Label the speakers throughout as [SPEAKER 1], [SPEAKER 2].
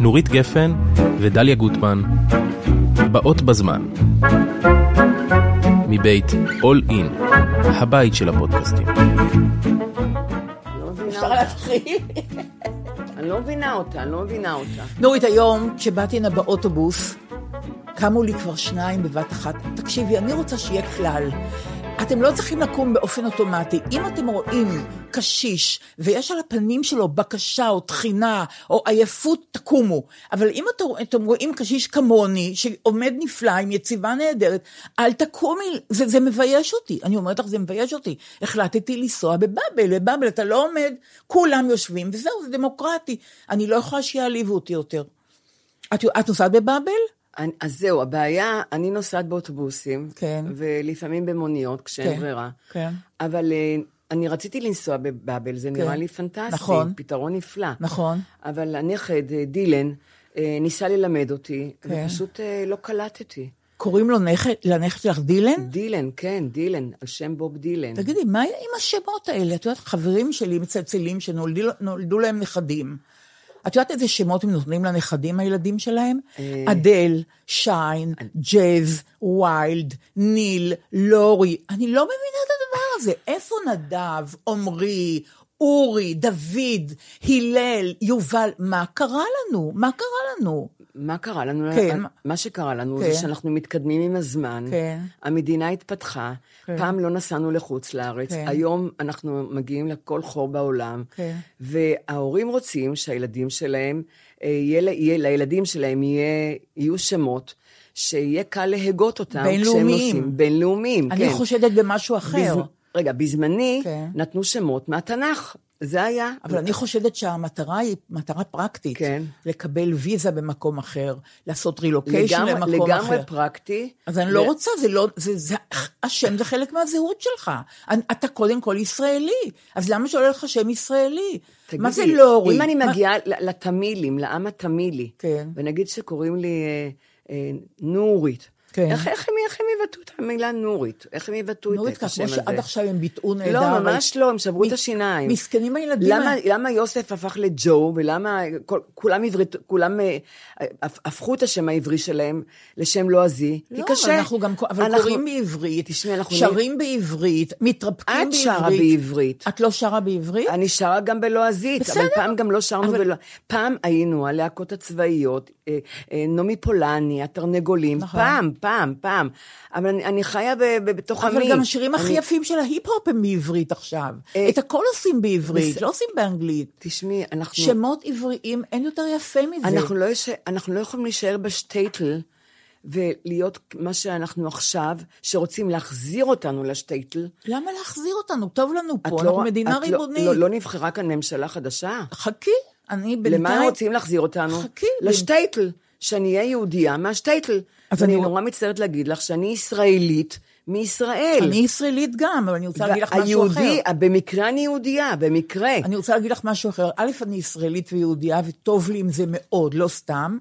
[SPEAKER 1] נורית גפן ודליה גוטמן, באות בזמן, מבית All In, הבית של הפודקאסטים.
[SPEAKER 2] לא מבינה
[SPEAKER 3] אפשר
[SPEAKER 2] אותה.
[SPEAKER 3] להתחיל.
[SPEAKER 2] אני לא מבינה אותה, אני לא מבינה אותה.
[SPEAKER 3] נורית, היום כשבאתי הנה באוטובוס, קמו לי כבר שניים בבת אחת. תקשיבי, אני רוצה שיהיה כלל. אתם לא צריכים לקום באופן אוטומטי. אם אתם רואים קשיש ויש על הפנים שלו בקשה או תחינה או עייפות, תקומו. אבל אם אתם, אתם רואים קשיש כמוני, שעומד נפלא עם יציבה נהדרת, אל תקומי, זה, זה מבייש אותי. אני אומרת לך, זה מבייש אותי. החלטתי לנסוע בבאבל, בבאבל אתה לא עומד, כולם יושבים, וזהו, זה דמוקרטי. אני לא יכולה שיעליבו אותי יותר. את, את נוסעת בבאבל?
[SPEAKER 2] אני- אז זהו, הבעיה, אני נוסעת באוטובוסים,
[SPEAKER 3] כן.
[SPEAKER 2] ולפעמים במוניות, כשאין
[SPEAKER 3] כן,
[SPEAKER 2] ברירה.
[SPEAKER 3] כן.
[SPEAKER 2] אבל אה, אני רציתי לנסוע בבאבל, זה נראה לי פנטסטי.
[SPEAKER 3] נכון.
[SPEAKER 2] פתרון נפלא.
[SPEAKER 3] נכון.
[SPEAKER 2] אבל הנכד, אה, דילן, אה, ניסה ללמד אותי,
[SPEAKER 3] כן.
[SPEAKER 2] ופשוט אה, לא קלטתי.
[SPEAKER 3] קוראים לו נכד, לנכד שלך דילן?
[SPEAKER 2] דילן, כן, דילן, על שם בוב דילן.
[SPEAKER 3] תגידי, מה היה עם השמות האלה? את יודעת, חברים שלי מצלצלים שנולדו נולדו להם נכדים. את יודעת איזה שמות הם נותנים לנכדים, הילדים שלהם? אדל, שיין, ג'אז, ויילד, ניל, לורי. אני לא מבינה את הדבר הזה. איפה נדב, עמרי, אורי, דוד, הלל, יובל? מה קרה לנו? מה קרה לנו?
[SPEAKER 2] מה קרה לנו?
[SPEAKER 3] כן.
[SPEAKER 2] מה שקרה לנו
[SPEAKER 3] כן.
[SPEAKER 2] זה שאנחנו מתקדמים עם הזמן.
[SPEAKER 3] כן.
[SPEAKER 2] המדינה התפתחה. פעם לא נסענו לחוץ לארץ.
[SPEAKER 3] כן.
[SPEAKER 2] היום אנחנו מגיעים לכל חור בעולם.
[SPEAKER 3] כן.
[SPEAKER 2] וההורים רוצים שהילדים שלהם, אה, יהיה, ל- יהיה, לילדים שלהם יהיה, יהיו שמות שיהיה קל להגות אותם כשהם
[SPEAKER 3] בינלאומיים.
[SPEAKER 2] נוסעים. בינלאומיים,
[SPEAKER 3] אני
[SPEAKER 2] כן.
[SPEAKER 3] חושדת במשהו אחר.
[SPEAKER 2] בז... רגע, בזמני
[SPEAKER 3] כן.
[SPEAKER 2] נתנו שמות מהתנ"ך. זה היה.
[SPEAKER 3] אבל אני חושדת שהמטרה היא מטרה פרקטית.
[SPEAKER 2] כן.
[SPEAKER 3] לקבל ויזה במקום אחר, לעשות רילוקיישן
[SPEAKER 2] לגמרי,
[SPEAKER 3] למקום אחר.
[SPEAKER 2] לגמרי פרקטי.
[SPEAKER 3] אז אני לא
[SPEAKER 2] ו-
[SPEAKER 3] רוצה, זה לא, זה, זה, השם זה חלק מהזהות שלך. אני- אתה קודם כל ישראלי, אז למה שעולה לך שם ישראלי?
[SPEAKER 2] תגידי,
[SPEAKER 3] מה זה לורי?
[SPEAKER 2] אם אני
[SPEAKER 3] מה-
[SPEAKER 2] מגיעה ל- לתמילים, לעם התמילי,
[SPEAKER 3] כן.
[SPEAKER 2] ונגיד שקוראים לי אה, אה, נורית,
[SPEAKER 3] כן.
[SPEAKER 2] איך, איך, הם, איך הם יבטאו את המילה נורית? איך הם יבטאו את-
[SPEAKER 3] נורית
[SPEAKER 2] את
[SPEAKER 3] כך,
[SPEAKER 2] השם
[SPEAKER 3] כמו
[SPEAKER 2] הזה?
[SPEAKER 3] שעד עכשיו הם ביטאו נהדר.
[SPEAKER 2] לא,
[SPEAKER 3] אבל-
[SPEAKER 2] ממש לא, הם שברו את
[SPEAKER 3] מ-
[SPEAKER 2] השיניים.
[SPEAKER 3] מסכנים הילדים.
[SPEAKER 2] למה,
[SPEAKER 3] האלה.
[SPEAKER 2] למה יוסף הפך לג'ו, ולמה כל, כולם, עברית, כולם אה, הפ- הפכו את השם העברי שלהם לשם לועזי? כי
[SPEAKER 3] לא,
[SPEAKER 2] קשה.
[SPEAKER 3] אבל אנחנו גם, אבל
[SPEAKER 2] אנחנו-
[SPEAKER 3] קוראים בעברית,
[SPEAKER 2] תשמעי, אנחנו...
[SPEAKER 3] שרים בעברית, מתרפקים
[SPEAKER 2] את
[SPEAKER 3] בעברית.
[SPEAKER 2] שרה בעברית.
[SPEAKER 3] את לא שרה בעברית?
[SPEAKER 2] אני שרה גם בלועזית, אבל
[SPEAKER 3] בסדר.
[SPEAKER 2] פעם גם לא שרנו
[SPEAKER 3] אבל-
[SPEAKER 2] בלועזית. פעם היינו הלהקות הצבאיות, אה, אה, נעמי פולני, התרנגולים,
[SPEAKER 3] נכון.
[SPEAKER 2] פעם, פעם, פעם. אבל אני, אני חיה ב, ב, בתוך עמי.
[SPEAKER 3] אבל גם השירים הכי
[SPEAKER 2] אני-
[SPEAKER 3] יפים של ההיפ-הופ הם בעברית עכשיו.
[SPEAKER 2] אה,
[SPEAKER 3] את הכל עושים בעברית, לא עושים באנגלית.
[SPEAKER 2] תשמעי, אנחנו,
[SPEAKER 3] שמות עבריים, אין יותר יפה מזה.
[SPEAKER 2] אנחנו, לא יש, אנחנו לא יכולים להישאר בשטייטל ולהיות מה שאנחנו עכשיו, שרוצים להחזיר אותנו לשטייטל.
[SPEAKER 3] למה להחזיר אותנו? טוב לנו
[SPEAKER 2] את
[SPEAKER 3] פה,
[SPEAKER 2] לא-
[SPEAKER 3] אנחנו מדינה
[SPEAKER 2] את לא-
[SPEAKER 3] ריבונית.
[SPEAKER 2] לא, לא נבחרה כאן ממשלה חדשה?
[SPEAKER 3] חכי, אני בינתיים...
[SPEAKER 2] למה הם רוצים להחזיר אותנו?
[SPEAKER 3] חכי.
[SPEAKER 2] לשטייטל, שאני אהיה יהודייה מהשטייטל.
[SPEAKER 3] אז
[SPEAKER 2] ואני
[SPEAKER 3] אני-
[SPEAKER 2] נורא מצטערת להגיד לך שאני ישראלית מישראל.
[SPEAKER 3] אני ישראלית גם, אבל אני רוצה להגיד לך משהו אחר.
[SPEAKER 2] היהודי, במקרה אני יהודייה, במקרה.
[SPEAKER 3] אני רוצה להגיד לך משהו אחר. א', אני ישראלית ויהודייה, וטוב לי עם זה מאוד, לא סתם.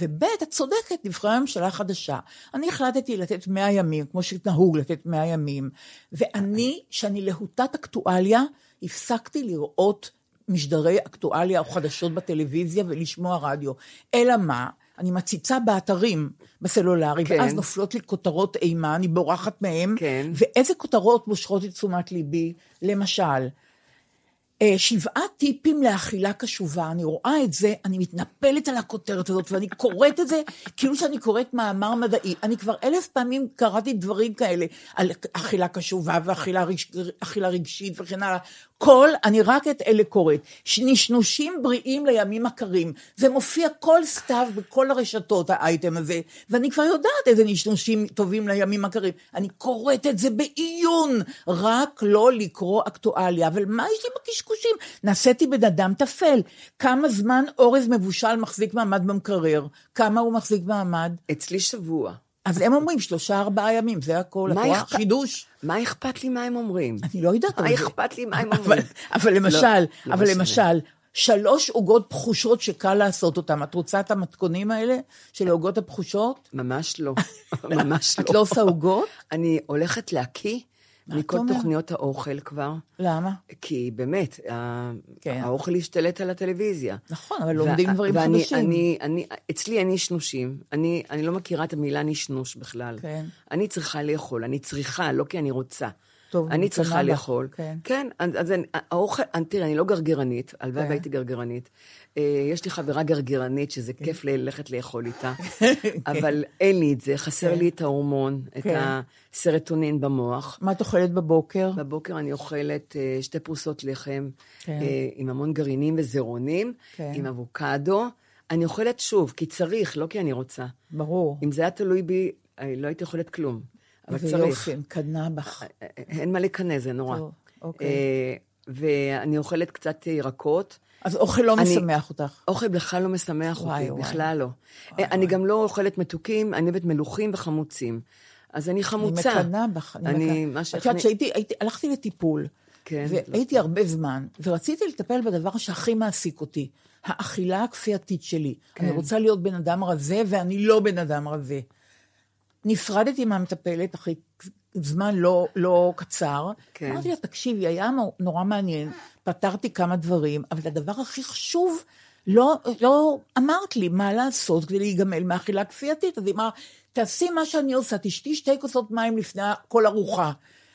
[SPEAKER 3] וב', את צודקת, נבחרה הממשלה החדשה. אני החלטתי לתת 100 ימים, כמו שנהוג לתת 100 ימים. ואני, שאני להוטת אקטואליה, הפסקתי לראות משדרי אקטואליה או חדשות בטלוויזיה ולשמוע רדיו. אלא מה? אני מציצה באתרים בסלולרי,
[SPEAKER 2] כן.
[SPEAKER 3] כן. ואז נופלות לי כותרות אימה, אני בורחת מהן,
[SPEAKER 2] כן.
[SPEAKER 3] ואיזה כותרות מושכות את תשומת ליבי? למשל, אה, שבעה טיפים לאכילה קשובה, אני רואה את זה, אני מתנפלת על הכותרת הזאת, ואני קוראת את זה כאילו שאני קוראת מאמר מדעי. אני כבר אלף פעמים קראתי דברים כאלה על אכילה קשובה ואכילה רגש, אכילה רגשית וכן הלאה. כל, אני רק את אלה קוראת. שנשנושים בריאים לימים הקרים. זה מופיע כל סתיו בכל הרשתות, האייטם הזה, ואני כבר יודעת איזה נשנושים טובים לימים הקרים. אני קוראת את זה בעיון, רק לא לקרוא אקטואליה. אבל מה יש לי בקשקושים? נעשיתי בן אדם טפל. כמה זמן אורז מבושל מחזיק מעמד במקרר? כמה הוא מחזיק מעמד?
[SPEAKER 2] אצלי שבוע.
[SPEAKER 3] אז הם אומרים שלושה ארבעה ימים, זה הכל,
[SPEAKER 2] מה
[SPEAKER 3] את רואה?
[SPEAKER 2] אכפת-
[SPEAKER 3] חידוש.
[SPEAKER 2] מה אכפת לי מה הם אומרים?
[SPEAKER 3] אני לא יודעת. אבל
[SPEAKER 2] מה
[SPEAKER 3] זה-
[SPEAKER 2] אכפת לי מה הם
[SPEAKER 3] אבל,
[SPEAKER 2] אומרים?
[SPEAKER 3] אבל למשל,
[SPEAKER 2] לא
[SPEAKER 3] לא, אבל
[SPEAKER 2] משנה.
[SPEAKER 3] לא למשל, שלוש עוגות פחושות שקל לעשות אותן. את רוצה את המתכונים האלה של העוגות הפחושות?
[SPEAKER 2] ממש לא. ממש לא.
[SPEAKER 3] את לא עושה עוגות?
[SPEAKER 2] אני הולכת להקיא
[SPEAKER 3] את
[SPEAKER 2] מכל
[SPEAKER 3] אומרת?
[SPEAKER 2] תוכניות האוכל כבר.
[SPEAKER 3] למה?
[SPEAKER 2] כי באמת, ה-
[SPEAKER 3] כן.
[SPEAKER 2] האוכל השתלט על הטלוויזיה.
[SPEAKER 3] נכון, אבל לומדים
[SPEAKER 2] ו-
[SPEAKER 3] דברים
[SPEAKER 2] ואני,
[SPEAKER 3] חדשים.
[SPEAKER 2] אני, אני, אצלי אין נשנושים. אני, אני לא מכירה את המילה נשנוש בכלל.
[SPEAKER 3] כן.
[SPEAKER 2] אני צריכה לאכול, אני צריכה, לא כי אני רוצה.
[SPEAKER 3] טוב,
[SPEAKER 2] אני
[SPEAKER 3] אני
[SPEAKER 2] צריכה
[SPEAKER 3] קונה לך,
[SPEAKER 2] לאכול.
[SPEAKER 3] כן.
[SPEAKER 2] כן, אז אז אני- האוכל, אני- תראי, אני לא גרגרנית, הלוואי
[SPEAKER 3] כן.
[SPEAKER 2] והייתי גרגרנית. אה, יש לי חברה גרגרנית, שזה כיף ללכת לאכול איתה,
[SPEAKER 3] כן.
[SPEAKER 2] אבל אין לי את זה, חסר לי את ההורמון, את
[SPEAKER 3] כן.
[SPEAKER 2] הסרטונין במוח.
[SPEAKER 3] מה את אוכלת בבוקר?
[SPEAKER 2] בבוקר אני אוכלת אה, שתי פרוסות לחם,
[SPEAKER 3] נכון. כן.
[SPEAKER 2] אה, עם המון גרעינים וזירונים,
[SPEAKER 3] כן.
[SPEAKER 2] עם אבוקדו. אני אוכלת שוב, כי צריך, לא כי אני רוצה.
[SPEAKER 3] ברור.
[SPEAKER 2] אם זה היה תלוי בי, אני לא הייתי אוכלת כלום. אבל צריך.
[SPEAKER 3] ויופי, הם קדנה בך.
[SPEAKER 2] אה, אין מה לקנא, זה נורא.
[SPEAKER 3] טוב, אוקיי.
[SPEAKER 2] אה, ואני אוכלת קצת אה, ירקות.
[SPEAKER 3] אז אוכל לא
[SPEAKER 2] אני-
[SPEAKER 3] משמח אותך.
[SPEAKER 2] אוכל בכלל לא משמח
[SPEAKER 3] וואי,
[SPEAKER 2] אותי,
[SPEAKER 3] וואי.
[SPEAKER 2] בכלל לא. אה, אני גם לא אוכלת מתוקים, אני אוהבת מלוכים וחמוצים. אז אני
[SPEAKER 3] אני
[SPEAKER 2] חמוצה.
[SPEAKER 3] מקנאה בך.
[SPEAKER 2] אני,
[SPEAKER 3] מקנאה.
[SPEAKER 2] מה ש...
[SPEAKER 3] את יודעת שהייתי, הייתי- הלכתי לטיפול.
[SPEAKER 2] כן,
[SPEAKER 3] והייתי הרבה זמן, ורציתי לטפל בדבר שהכי מעסיק אותי, האכילה הכפייתית שלי.
[SPEAKER 2] כן.
[SPEAKER 3] אני רוצה להיות בן אדם רזה, ואני לא בן אדם רזה. נפרדתי מהמטפלת אחרי זמן לא, לא קצר.
[SPEAKER 2] כן.
[SPEAKER 3] כן. אמרתי לה, תקשיבי, היה נו- נורא מעניין, פתרתי כמה דברים, אבל הדבר הכי חשוב, לא, לא אמרת לי מה לעשות כדי להיגמל מאכילה כפייתית. אז היא אמרה, תעשי מה שאני עושה, תשתי שתי כוסות מים לפני כל ארוחה.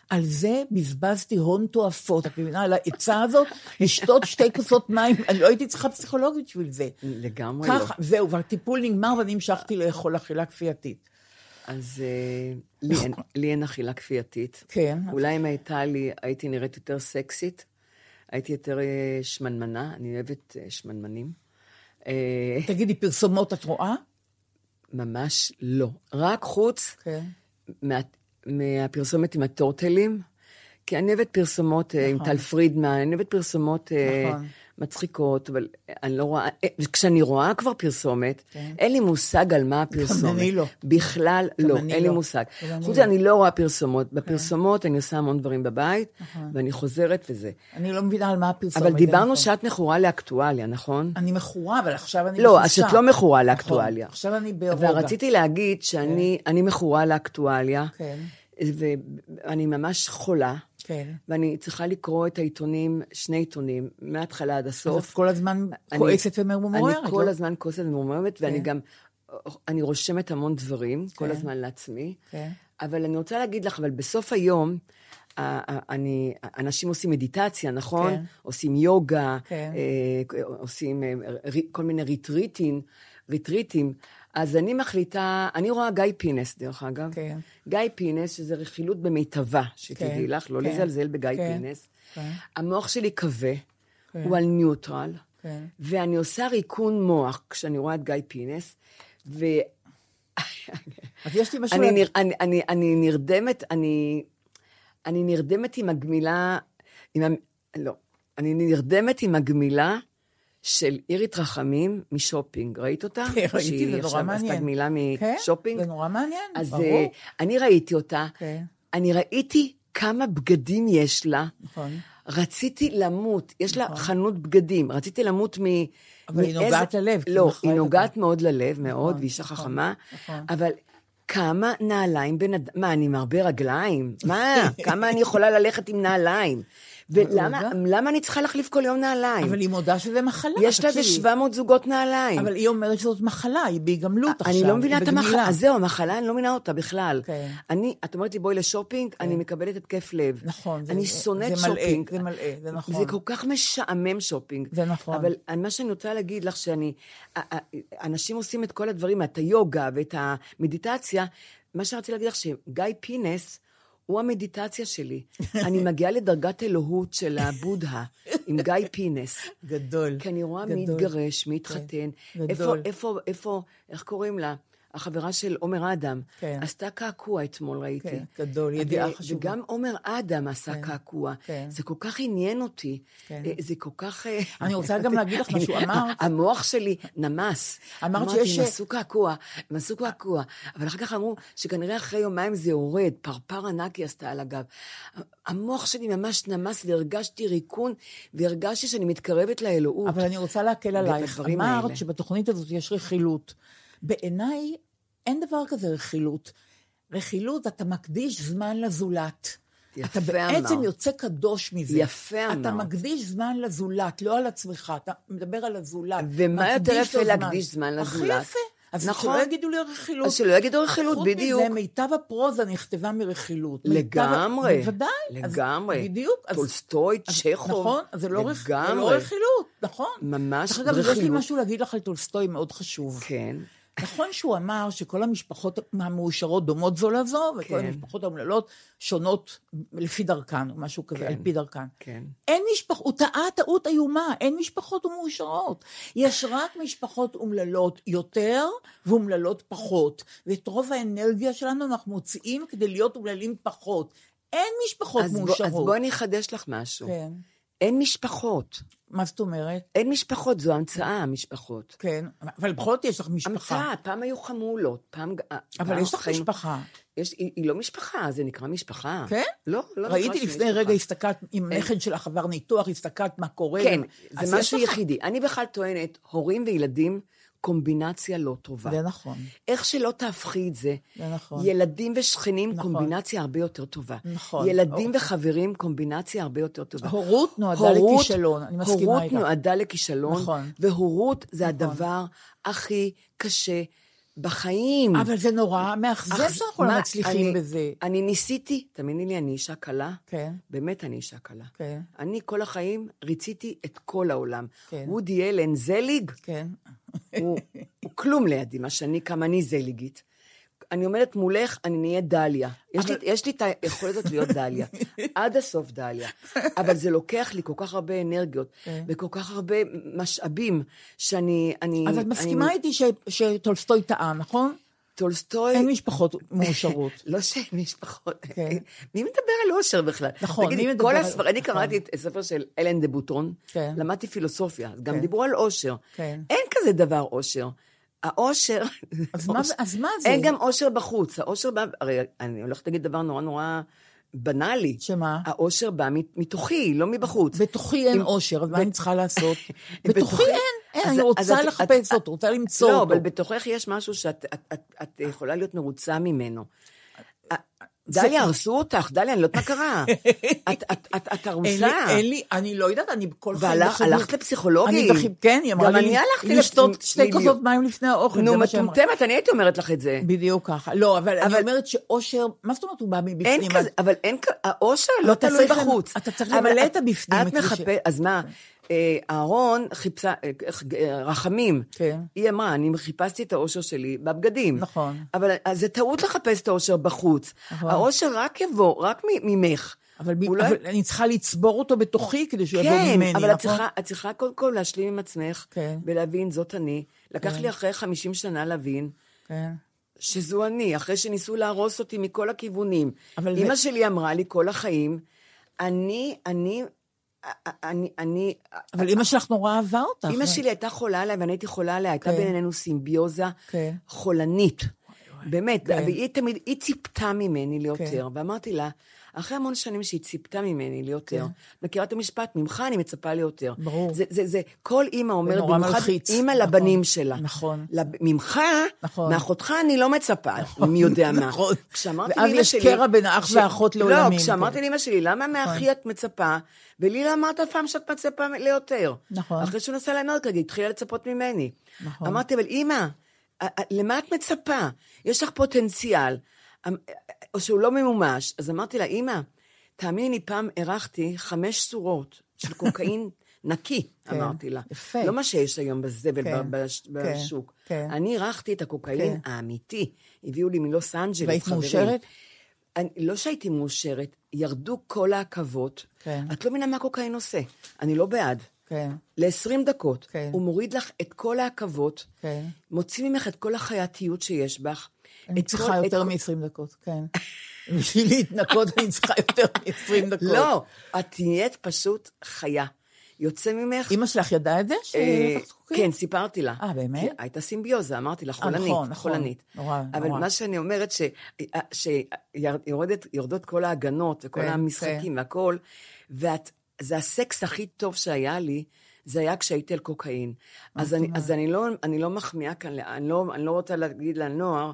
[SPEAKER 3] על זה בזבזתי הון תועפות, את מבינה, על העצה הזאת, לשתות שתי כוסות מים, אני לא הייתי צריכה פסיכולוגית בשביל זה.
[SPEAKER 2] לגמרי לא.
[SPEAKER 3] ככה, זהו, והטיפול נגמר ואני המשכתי לאכול אכילה כפייתית.
[SPEAKER 2] אז אה, לי אין- לי אין אכילה כפייתית.
[SPEAKER 3] כן.
[SPEAKER 2] אולי אם הייתה לי, הייתי נראית יותר סקסית, הייתי יותר אה, שמנמנה, אני אוהבת אה, שמנמנים. אה,
[SPEAKER 3] תגידי, פרסומות את רואה?
[SPEAKER 2] ממש לא. רק חוץ
[SPEAKER 3] כן.
[SPEAKER 2] מה- מהפרסומת עם הטורטלים, כי אני אוהבת פרסומות אה, עם טל פרידמן, אני אוהבת פרסומות אה,
[SPEAKER 3] נכון.
[SPEAKER 2] מצחיקות, אבל אני לא רואה, אה, כשאני רואה כבר פרסומת, אין לי מושג על מה הפרסומת.
[SPEAKER 3] כן. אני לא.
[SPEAKER 2] בכלל לא,
[SPEAKER 3] אני
[SPEAKER 2] אין לי
[SPEAKER 3] לא.
[SPEAKER 2] מושג.
[SPEAKER 3] גם אני
[SPEAKER 2] חוץ מזה,
[SPEAKER 3] לא. כן.
[SPEAKER 2] אני לא רואה פרסומות. בפרסומות אני עושה המון דברים בבית,
[SPEAKER 3] נכון.
[SPEAKER 2] ואני חוזרת וזה.
[SPEAKER 3] אני לא מבינה על מה הפרסומת.
[SPEAKER 2] אבל דיברנו
[SPEAKER 3] נכון.
[SPEAKER 2] שאת מכורה לאקטואליה, נכון?
[SPEAKER 3] אני מכורה, אבל עכשיו אני
[SPEAKER 2] לא,
[SPEAKER 3] בחופשה.
[SPEAKER 2] אז את לא מכורה
[SPEAKER 3] נכון.
[SPEAKER 2] לאקטואליה.
[SPEAKER 3] עכשיו אני ברוגע.
[SPEAKER 2] ורציתי להגיד שאני אני מכורה לאקטואליה,
[SPEAKER 3] כן.
[SPEAKER 2] ואני ממש חולה,
[SPEAKER 3] כן.
[SPEAKER 2] ואני צריכה לקרוא את העיתונים, שני עיתונים, מההתחלה עד
[SPEAKER 3] אז את
[SPEAKER 2] הסוף.
[SPEAKER 3] כל הזמן
[SPEAKER 2] אני-
[SPEAKER 3] כועסת וממורמרת.
[SPEAKER 2] אני כל
[SPEAKER 3] לא? כן.
[SPEAKER 2] הזמן כועסת ומורמרת, ואני גם, אני רושמת המון דברים, כל הזמן לעצמי.
[SPEAKER 3] כן.
[SPEAKER 2] אבל אני רוצה להגיד לך, אבל בסוף היום, ה- ה- אני, אנשים עושים מדיטציה, נכון?
[SPEAKER 3] כן.
[SPEAKER 2] עושים יוגה,
[SPEAKER 3] כן.
[SPEAKER 2] אה, עושים אה, ר- כל מיני ריטריטים, ריטריטים. אז אני מחליטה, אני רואה גיא פינס, דרך אגב.
[SPEAKER 3] כן.
[SPEAKER 2] גיא פינס, שזה רכילות במיטבה, שתדעי
[SPEAKER 3] כן,
[SPEAKER 2] לך, לא
[SPEAKER 3] כן,
[SPEAKER 2] לזלזל בגיא
[SPEAKER 3] כן,
[SPEAKER 2] פינס.
[SPEAKER 3] כן.
[SPEAKER 2] המוח שלי כבה,
[SPEAKER 3] כן.
[SPEAKER 2] הוא על ניוטרל,
[SPEAKER 3] כן.
[SPEAKER 2] ואני עושה ריקון מוח כשאני רואה את גיא פינס, ו...
[SPEAKER 3] אז יש לי משהו...
[SPEAKER 2] אני,
[SPEAKER 3] להגיד.
[SPEAKER 2] נר, אני, אני, אני נרדמת, אני, אני נרדמת עם הגמילה, עם, המ- לא, אני נרדמת עם הגמילה של אירית רחמים משופינג. ראית אותה?
[SPEAKER 3] כן, ראיתי,
[SPEAKER 2] שהיא
[SPEAKER 3] זה נורא
[SPEAKER 2] עכשיו
[SPEAKER 3] מעניין.
[SPEAKER 2] עשתה גמילה
[SPEAKER 3] כן?
[SPEAKER 2] משופינג?
[SPEAKER 3] זה נורא מעניין,
[SPEAKER 2] אז
[SPEAKER 3] ברור.
[SPEAKER 2] אה, אני ראיתי אותה,
[SPEAKER 3] כן.
[SPEAKER 2] אני ראיתי כמה בגדים יש לה.
[SPEAKER 3] נכון.
[SPEAKER 2] רציתי למות, יש לה חנות בגדים, רציתי למות מ...
[SPEAKER 3] אבל היא
[SPEAKER 2] מאיזה-
[SPEAKER 3] נוגעת ללב, כי היא
[SPEAKER 2] לא, היא
[SPEAKER 3] מכרה את
[SPEAKER 2] נוגעת מאוד ללב, מאוד, והיא אישה חכמה,
[SPEAKER 3] נכון.
[SPEAKER 2] אבל כמה נעליים בן אדם... מה, אני מרבה רגליים? מה, כמה אני יכולה ללכת עם נעליים? ולמה למה אני צריכה להחליף כל יום נעליים?
[SPEAKER 3] אבל היא מודה שזה מחלה.
[SPEAKER 2] יש לה איזה
[SPEAKER 3] תקשיבי.
[SPEAKER 2] 700 זוגות נעליים.
[SPEAKER 3] אבל היא אומרת שזאת מחלה, היא בהיגמלות עכשיו.
[SPEAKER 2] אני לא מבינה
[SPEAKER 3] היא
[SPEAKER 2] את
[SPEAKER 3] בגמילה.
[SPEAKER 2] המחלה, אז זהו, המחלה, אני לא מבינה אותה בכלל.
[SPEAKER 3] כן.
[SPEAKER 2] אני, את אומרת לי, בואי לשופינג, אני מקבלת התקף לב.
[SPEAKER 3] נכון, זה-
[SPEAKER 2] אני
[SPEAKER 3] זה-
[SPEAKER 2] שונאת
[SPEAKER 3] זה מלאה,
[SPEAKER 2] שופינג.
[SPEAKER 3] זה מלאה, זה נכון.
[SPEAKER 2] זה כל כך משעמם שופינג.
[SPEAKER 3] זה נכון.
[SPEAKER 2] אבל מה שאני רוצה להגיד לך, שאני... ה- ה- אנשים עושים את כל הדברים, את היוגה ואת המדיטציה. מה שרציתי להגיד לך, שגיא פינס, הוא המדיטציה שלי. אני מגיעה לדרגת אלוהות של הבודהה, עם גיא פינס.
[SPEAKER 3] גדול.
[SPEAKER 2] כי אני רואה מי
[SPEAKER 3] גדול. כן,
[SPEAKER 2] התגרש, מי התחתן,
[SPEAKER 3] גדול.
[SPEAKER 2] איפה, איפה, איפה, איך קוראים לה? החברה של עומר אדם,
[SPEAKER 3] כן.
[SPEAKER 2] עשתה קעקוע אתמול, ראיתי.
[SPEAKER 3] כן, גדול, ידיעה
[SPEAKER 2] ו-
[SPEAKER 3] חשובה.
[SPEAKER 2] וגם עומר אדם עשה קעקוע.
[SPEAKER 3] כן.
[SPEAKER 2] זה כל כך עניין אותי.
[SPEAKER 3] כן.
[SPEAKER 2] אה, זה כל כך... אה,
[SPEAKER 3] אני רוצה גם להגיד לך משהו,
[SPEAKER 2] אני-
[SPEAKER 3] אמרת-
[SPEAKER 2] המוח שלי נמס.
[SPEAKER 3] אמרת
[SPEAKER 2] אמרתי,
[SPEAKER 3] שיש-
[SPEAKER 2] הם עשו קעקוע, הם עשו קעקוע. אבל אחר כך אמרו שכנראה אחרי יומיים זה יורד, פרפר ענק היא עשתה על הגב. המוח שלי ממש נמס, והרגשתי ריקון, והרגשתי שאני מתקרבת לאלוהות.
[SPEAKER 3] אבל אני רוצה להקל עלייך.
[SPEAKER 2] בדברים
[SPEAKER 3] אמרת
[SPEAKER 2] האלה.
[SPEAKER 3] שבתוכנית הזאת יש רכילות. בעיניי, אין דבר כזה רכילות. רכילות, אתה מקדיש זמן לזולת.
[SPEAKER 2] יפה
[SPEAKER 3] אתה בעצם
[SPEAKER 2] אמרת.
[SPEAKER 3] יוצא קדוש מזה.
[SPEAKER 2] יפה
[SPEAKER 3] אתה
[SPEAKER 2] אמרת.
[SPEAKER 3] מקדיש זמן לזולת, לא על עצמך, אתה מדבר על הזולת.
[SPEAKER 2] ומה
[SPEAKER 3] מקדיש
[SPEAKER 2] יותר
[SPEAKER 3] לו
[SPEAKER 2] יפה להקדיש זמן לזולת?
[SPEAKER 3] הכי יפה. אז
[SPEAKER 2] נכון.
[SPEAKER 3] שלא יגידו לי רכילות.
[SPEAKER 2] אז שלא יגידו רכילות,
[SPEAKER 3] חוץ מזה,
[SPEAKER 2] בדיוק.
[SPEAKER 3] מיטב הפרוזה נכתבה מרכילות. מיטב-
[SPEAKER 2] לגמרי.
[SPEAKER 3] בוודאי. אז
[SPEAKER 2] לגמרי.
[SPEAKER 3] בדיוק. אז-
[SPEAKER 2] טולסטוי,
[SPEAKER 3] אז-
[SPEAKER 2] צ'כוב.
[SPEAKER 3] נכון, אז זה לא רכ- זה לא
[SPEAKER 2] לגמרי.
[SPEAKER 3] רכילות, נכון.
[SPEAKER 2] ממש
[SPEAKER 3] דרך אגב, יש לי
[SPEAKER 2] רכילות.
[SPEAKER 3] משהו להגיד לך על טולסטוי מאוד חשוב.
[SPEAKER 2] כן.
[SPEAKER 3] נכון שהוא אמר שכל המשפחות המאושרות דומות זו לזו, וכל
[SPEAKER 2] כן.
[SPEAKER 3] המשפחות האומללות שונות לפי דרכן, או משהו כזה, על פי דרכן.
[SPEAKER 2] כן.
[SPEAKER 3] אין משפחות, הוא טעה טעות איומה, אין משפחות מאושרות. יש רק משפחות אומללות יותר ואומללות פחות. ואת רוב האנרגיה שלנו אנחנו מוציאים כדי להיות אומללים פחות. אין משפחות
[SPEAKER 2] אז, בוא,
[SPEAKER 3] מאושרות.
[SPEAKER 2] אז בואי אני אחדש לך משהו. כן.
[SPEAKER 3] כן.
[SPEAKER 2] אין משפחות.
[SPEAKER 3] מה זאת אומרת?
[SPEAKER 2] אין משפחות, זו המצאה, המשפחות.
[SPEAKER 3] כן, אבל בכל זאת יש לך משפחה.
[SPEAKER 2] המצאה, פעם היו חמולות, פעם...
[SPEAKER 3] אבל
[SPEAKER 2] פעם
[SPEAKER 3] יש לך
[SPEAKER 2] חיים-
[SPEAKER 3] משפחה.
[SPEAKER 2] יש, היא, היא לא משפחה, זה נקרא משפחה.
[SPEAKER 3] כן?
[SPEAKER 2] לא, לא נקרא
[SPEAKER 3] ראיתי
[SPEAKER 2] שהיא
[SPEAKER 3] לפני
[SPEAKER 2] משפחה.
[SPEAKER 3] רגע, הסתכלת, אם נכד שלך עבר ניתוח, הסתכלת מה קורה.
[SPEAKER 2] כן,
[SPEAKER 3] אז
[SPEAKER 2] זה
[SPEAKER 3] יש
[SPEAKER 2] משהו
[SPEAKER 3] לך-
[SPEAKER 2] יחידי. אני בכלל טוענת, הורים וילדים, קומבינציה לא טובה.
[SPEAKER 3] זה נכון.
[SPEAKER 2] איך שלא תהפכי את זה.
[SPEAKER 3] זה נכון.
[SPEAKER 2] ילדים ושכנים,
[SPEAKER 3] נכון.
[SPEAKER 2] קומבינציה הרבה יותר טובה.
[SPEAKER 3] נכון.
[SPEAKER 2] ילדים וחברים, קומבינציה הרבה יותר טובה.
[SPEAKER 3] הורות נועדה
[SPEAKER 2] הורות-
[SPEAKER 3] לכישלון, אני מסכימה
[SPEAKER 2] הורות
[SPEAKER 3] איתך.
[SPEAKER 2] נועדה לכישלון,
[SPEAKER 3] נכון.
[SPEAKER 2] והורות זה הדבר הכי קשה בחיים.
[SPEAKER 3] אבל זה נורא מאכזב
[SPEAKER 2] כן. אך-
[SPEAKER 3] שאנחנו לא
[SPEAKER 2] מה,
[SPEAKER 3] מצליחים
[SPEAKER 2] אני-
[SPEAKER 3] בזה.
[SPEAKER 2] אני ניסיתי, תאמיני לי, אני אישה קלה.
[SPEAKER 3] כן.
[SPEAKER 2] באמת אני אישה קלה.
[SPEAKER 3] כן.
[SPEAKER 2] אני כל החיים ריציתי את כל העולם.
[SPEAKER 3] כן.
[SPEAKER 2] וודי אלן זליג,
[SPEAKER 3] כן.
[SPEAKER 2] הוא, הוא כלום לידי, מה שאני, כמה אני זליגית. אני עומדת מולך, אני נהיה דליה. יש, לי, יש לי את היכולת הזאת להיות דליה. עד הסוף דליה. אבל זה לוקח לי כל כך הרבה אנרגיות,
[SPEAKER 3] כן.
[SPEAKER 2] וכל כך הרבה משאבים, שאני... אני,
[SPEAKER 3] אז את
[SPEAKER 2] אני-
[SPEAKER 3] מסכימה איתי ש- שטולסטוי טעה, נכון?
[SPEAKER 2] טולסטוי...
[SPEAKER 3] אין משפחות מאושרות.
[SPEAKER 2] לא שאין משפחות.
[SPEAKER 3] כן.
[SPEAKER 2] מי מדבר על אושר בכלל?
[SPEAKER 3] נכון,
[SPEAKER 2] תגידי,
[SPEAKER 3] מי מדבר
[SPEAKER 2] כל
[SPEAKER 3] על-
[SPEAKER 2] הספר, אני
[SPEAKER 3] נכון.
[SPEAKER 2] קראתי את הספר של אלן דה בוטון,
[SPEAKER 3] כן.
[SPEAKER 2] למדתי פילוסופיה, אז גם
[SPEAKER 3] כן.
[SPEAKER 2] דיברו על אושר.
[SPEAKER 3] כן.
[SPEAKER 2] אין כזה דבר אושר. האושר...
[SPEAKER 3] אז מה- אז מה זה?
[SPEAKER 2] אין גם אושר בחוץ. האושר בא... הרי אני הולכת להגיד דבר נורא נורא בנאלי.
[SPEAKER 3] שמה?
[SPEAKER 2] האושר בא מת- מתוכי, לא מבחוץ.
[SPEAKER 3] בתוכי אין
[SPEAKER 2] אה, אם-
[SPEAKER 3] אושר, אז מה
[SPEAKER 2] ב-
[SPEAKER 3] אני צריכה לעשות? בתוכי
[SPEAKER 2] בתוכי-
[SPEAKER 3] אין, אין,
[SPEAKER 2] אז-
[SPEAKER 3] אני
[SPEAKER 2] אז
[SPEAKER 3] רוצה
[SPEAKER 2] את-
[SPEAKER 3] לחפש
[SPEAKER 2] את-
[SPEAKER 3] אותו, רוצה למצוא
[SPEAKER 2] לא,
[SPEAKER 3] אותו.
[SPEAKER 2] אבל בתוכך יש משהו שאת את- את- את יכולה להיות מרוצה ממנו.
[SPEAKER 3] אה,
[SPEAKER 2] דליה, הרסו אותך, דליה, אני לא יודעת מה קרה. את- את- את את
[SPEAKER 3] אין לי,
[SPEAKER 2] הרוסה.
[SPEAKER 3] אין לי, אני לא יודעת, אני כל חיים...
[SPEAKER 2] והלכת-
[SPEAKER 3] בחנות-
[SPEAKER 2] הלכת לפסיכולוגית.
[SPEAKER 3] אני בחי... כן, היא אמרה
[SPEAKER 2] גם
[SPEAKER 3] לי...
[SPEAKER 2] אני הלכתי
[SPEAKER 3] לשתות
[SPEAKER 2] לפ-
[SPEAKER 3] שתי
[SPEAKER 2] בדיוק.
[SPEAKER 3] כוסות מים לפני האוכל,
[SPEAKER 2] נו,
[SPEAKER 3] זה מה שהיא אמרה.
[SPEAKER 2] מטומטמת, אני הייתי אומרת לך את זה.
[SPEAKER 3] בדיוק ככה. לא, אבל, אני
[SPEAKER 2] אבל-
[SPEAKER 3] אומרת שאושר, מה זאת אומרת הוא בא מבפנים?
[SPEAKER 2] אין כזה,
[SPEAKER 3] אז-
[SPEAKER 2] אבל אין כזה, האושר
[SPEAKER 3] אבל
[SPEAKER 2] לא
[SPEAKER 3] אתה
[SPEAKER 2] תלוי
[SPEAKER 3] צריך למ-
[SPEAKER 2] בחוץ.
[SPEAKER 3] אתה צריך
[SPEAKER 2] אבל
[SPEAKER 3] למלא
[SPEAKER 2] את-
[SPEAKER 3] את הבפנים, את
[SPEAKER 2] את
[SPEAKER 3] מי ש- כן.
[SPEAKER 2] מחפש, אז מה, אה, אהרון חיפשה, אה, אה, רחמים.
[SPEAKER 3] כן.
[SPEAKER 2] היא אמרה, אני חיפשתי את האושר שלי בבגדים.
[SPEAKER 3] נכון.
[SPEAKER 2] אבל אז זה טעות לחפש את האושר בחוץ.
[SPEAKER 3] נכון.
[SPEAKER 2] האושר רק יבוא, רק מ- ממך.
[SPEAKER 3] אבל, מי-
[SPEAKER 2] הוא לא-
[SPEAKER 3] אבל אני צריכה לצבור אותו בתוכי כדי שהוא יבוא ממני,
[SPEAKER 2] כן,
[SPEAKER 3] נכון?
[SPEAKER 2] אבל את צריכה- את צריכה קודם כל להשלים עם עצמך,
[SPEAKER 3] כן.
[SPEAKER 2] ולהבין, זאת אני. לקח לי אחרי 50 שנה להבין.
[SPEAKER 3] כן.
[SPEAKER 2] שזו אני, אחרי שניסו להרוס אותי מכל הכיוונים.
[SPEAKER 3] אבל
[SPEAKER 2] אבל
[SPEAKER 3] זה-
[SPEAKER 2] אימא שלי אמרה לי כל החיים, אני, אני, אני, אני...
[SPEAKER 3] אבל אימא שלך נורא אהבה אותך. אה.
[SPEAKER 2] אימא שלי הייתה חולה עליה, ואני הייתי חולה עליה, הייתה
[SPEAKER 3] כן.
[SPEAKER 2] בינינו סימביוזה
[SPEAKER 3] כן.
[SPEAKER 2] חולנית. באמת,
[SPEAKER 3] כן.
[SPEAKER 2] והיא תמיד, היא ציפתה ממני ליותר,
[SPEAKER 3] כן.
[SPEAKER 2] ואמרתי לה, אחרי המון שנים שהיא ציפתה ממני ליותר, מכירה את המשפט, ממך אני מצפה ליותר.
[SPEAKER 3] ברור.
[SPEAKER 2] זה, זה, זה, כל אימא אומרת,
[SPEAKER 3] נורא
[SPEAKER 2] במיוחד
[SPEAKER 3] מלחיץ.
[SPEAKER 2] אימא
[SPEAKER 3] נכון,
[SPEAKER 2] לבנים שלה.
[SPEAKER 3] נכון.
[SPEAKER 2] לב- ממך,
[SPEAKER 3] נכון.
[SPEAKER 2] מאחותך אני לא מצפה, מי יודע מה.
[SPEAKER 3] נכון.
[SPEAKER 2] כשאמרתי
[SPEAKER 3] ואז
[SPEAKER 2] לאמא
[SPEAKER 3] יש
[SPEAKER 2] שלי-
[SPEAKER 3] קרע בין האח
[SPEAKER 2] כש-
[SPEAKER 3] והאחות לעולמים. נכון.
[SPEAKER 2] לא, כשאמרתי לאמא שלי, למה מאחי את מצפה? ולי לא אמרת אף פעם שאת מצפה ליותר.
[SPEAKER 3] נכון.
[SPEAKER 2] אחרי שהוא נסע לאנרגיה, היא התחילה לצפות ממני.
[SPEAKER 3] נכון.
[SPEAKER 2] אמרתי, אבל אימא, א- א- למה את מצפה? יש לך פוטנציאל, אמ- או שהוא לא ממומש. אז אמרתי לה, אימא, תאמיני, פעם אירחתי חמש צורות של קוקאין נקי, אמרתי לה.
[SPEAKER 3] כן, יפה.
[SPEAKER 2] לא מה שיש היום בזבל
[SPEAKER 3] כן,
[SPEAKER 2] ב- בש-
[SPEAKER 3] כן,
[SPEAKER 2] בשוק.
[SPEAKER 3] כן.
[SPEAKER 2] אני אירחתי את הקוקאין
[SPEAKER 3] כן.
[SPEAKER 2] האמיתי. הביאו לי מלוס אנג'לס,
[SPEAKER 3] והיית
[SPEAKER 2] חברים.
[SPEAKER 3] מאושרת?
[SPEAKER 2] אני, לא שהייתי מאושרת, ירדו כל העכבות.
[SPEAKER 3] כן.
[SPEAKER 2] את לא מבינה מה קוקאין עושה. אני לא בעד.
[SPEAKER 3] כן.
[SPEAKER 2] ל-20 דקות.
[SPEAKER 3] כן.
[SPEAKER 2] הוא מוריד לך את כל העכבות,
[SPEAKER 3] כן.
[SPEAKER 2] מוציא ממך את כל החייתיות שיש בך.
[SPEAKER 3] אני
[SPEAKER 2] את
[SPEAKER 3] צריכה
[SPEAKER 2] כל-
[SPEAKER 3] יותר
[SPEAKER 2] את-
[SPEAKER 3] מ-20 דקות, כן. בשביל להתנקות אני צריכה יותר מ-20 דקות.
[SPEAKER 2] לא, את נהיית פשוט חיה. יוצא ממך...
[SPEAKER 3] אימא שלך ידעה את זה? שהיא
[SPEAKER 2] אה,
[SPEAKER 3] לקחת חוקים?
[SPEAKER 2] כן, סיפרתי לה.
[SPEAKER 3] אה, באמת?
[SPEAKER 2] כי הייתה סימביוזה, אמרתי לה, חולנית,
[SPEAKER 3] נכון, נכון.
[SPEAKER 2] חולנית.
[SPEAKER 3] נורא,
[SPEAKER 2] אבל
[SPEAKER 3] נורא.
[SPEAKER 2] מה שאני אומרת, שיורדות כל ההגנות וכל
[SPEAKER 3] כן,
[SPEAKER 2] המשחקים והכול, ואת- זה הסקס הכי טוב שהיה לי, זה היה כשהייתי על קוקאין. אז אני- אז אני לא- אני לא מחמיאה כאן, לה- אני לא- אני לא רוצה להגיד לנוער,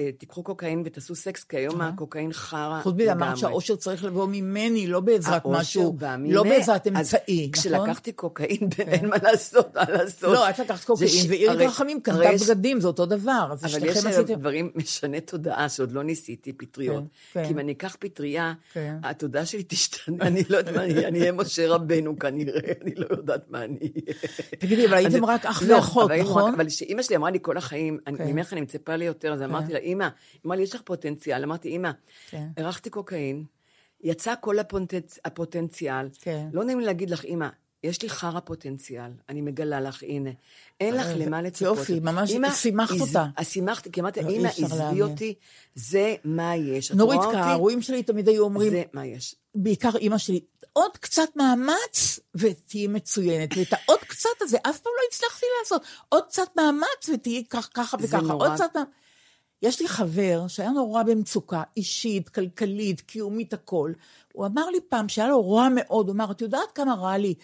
[SPEAKER 2] אה, תיקחו קוקאין ותעשו סקס, כי היום הקוקאין חרא
[SPEAKER 3] חוץ מזה אמרת שהאושר צריך לבוא ממני, לא בעזרת
[SPEAKER 2] אה, האושר
[SPEAKER 3] משהו,
[SPEAKER 2] בא
[SPEAKER 3] לא
[SPEAKER 2] ממך.
[SPEAKER 3] בעזרת
[SPEAKER 2] אז
[SPEAKER 3] אמצעי, נכון?
[SPEAKER 2] כשלקחתי קוקאין, אין מה לעשות, מה לעשות.
[SPEAKER 3] לא, את לקחת
[SPEAKER 2] זה
[SPEAKER 3] קוקאין,
[SPEAKER 2] ש-
[SPEAKER 3] ואירית
[SPEAKER 2] הרי-
[SPEAKER 3] רחמים
[SPEAKER 2] הרי
[SPEAKER 3] קנתה
[SPEAKER 2] יש-
[SPEAKER 3] בגדים, זה אותו דבר. אז
[SPEAKER 2] אבל
[SPEAKER 3] שניכם
[SPEAKER 2] יש
[SPEAKER 3] עשיתם...
[SPEAKER 2] היום דברים משני תודעה שעוד לא ניסיתי, פטריות.
[SPEAKER 3] כן, כן.
[SPEAKER 2] כי אם אני אקח פטריה,
[SPEAKER 3] כן.
[SPEAKER 2] התודעה שלי תשתנה, אני לא יודעת מה אני אהיה, אני אהיה משה רבנו כנראה, אני לא יודעת מה אני אהיה.
[SPEAKER 3] תגידי, אבל הייתם
[SPEAKER 2] אני-
[SPEAKER 3] רק אח
[SPEAKER 2] לא,
[SPEAKER 3] ואחות,
[SPEAKER 2] אבל היינו
[SPEAKER 3] נכון?
[SPEAKER 2] רק- אבל כשאימא שלי אמרה לי כל החיים, אני-
[SPEAKER 3] כן.
[SPEAKER 2] ממך אני מצפה לי יותר, אז אמרתי לה, אימא, אמרה לי, יש לך פוטנציאל. אמרתי, אימא,
[SPEAKER 3] כן.
[SPEAKER 2] ארחתי קוקאין, יצא כל הפוטנצ- הפוטנציאל.
[SPEAKER 3] כן.
[SPEAKER 2] לא נעים לי להגיד לך, אימא, יש לי חרא פוטנציאל, אני מגלה לך, הנה. אין לך למה לצפות.
[SPEAKER 3] אה, יופי, ממש
[SPEAKER 2] "אמא,
[SPEAKER 3] שימחת
[SPEAKER 2] הז-
[SPEAKER 3] אותה."
[SPEAKER 2] אז שימחתי, כי אמרתי,
[SPEAKER 3] לא, אי
[SPEAKER 2] אימא,
[SPEAKER 3] אפשר
[SPEAKER 2] עזבי
[SPEAKER 3] להאמין."
[SPEAKER 2] אותי, זה מה יש. את
[SPEAKER 3] נורית,
[SPEAKER 2] רואה אותי?
[SPEAKER 3] ההורים שלי תמיד היו אומרים,
[SPEAKER 2] לא, אוקיי. זה מה יש.
[SPEAKER 3] בעיקר אימא שלי, עוד קצת מאמץ ותהיי מצוינת. ואת העוד קצת הזה אף פעם לא הצלחתי לעשות. עוד קצת מאמץ ותהיי כך, ככה
[SPEAKER 2] זה
[SPEAKER 3] וככה.
[SPEAKER 2] נורא.
[SPEAKER 3] עוד קצת מאמץ. יש לי חבר שהיה נורא במצוקה, אישית, כלכלית, קיומית, הכל. הוא אמר לי פעם שהיה לו רע מאוד, הוא אמר, את יודעת כמה רע לי?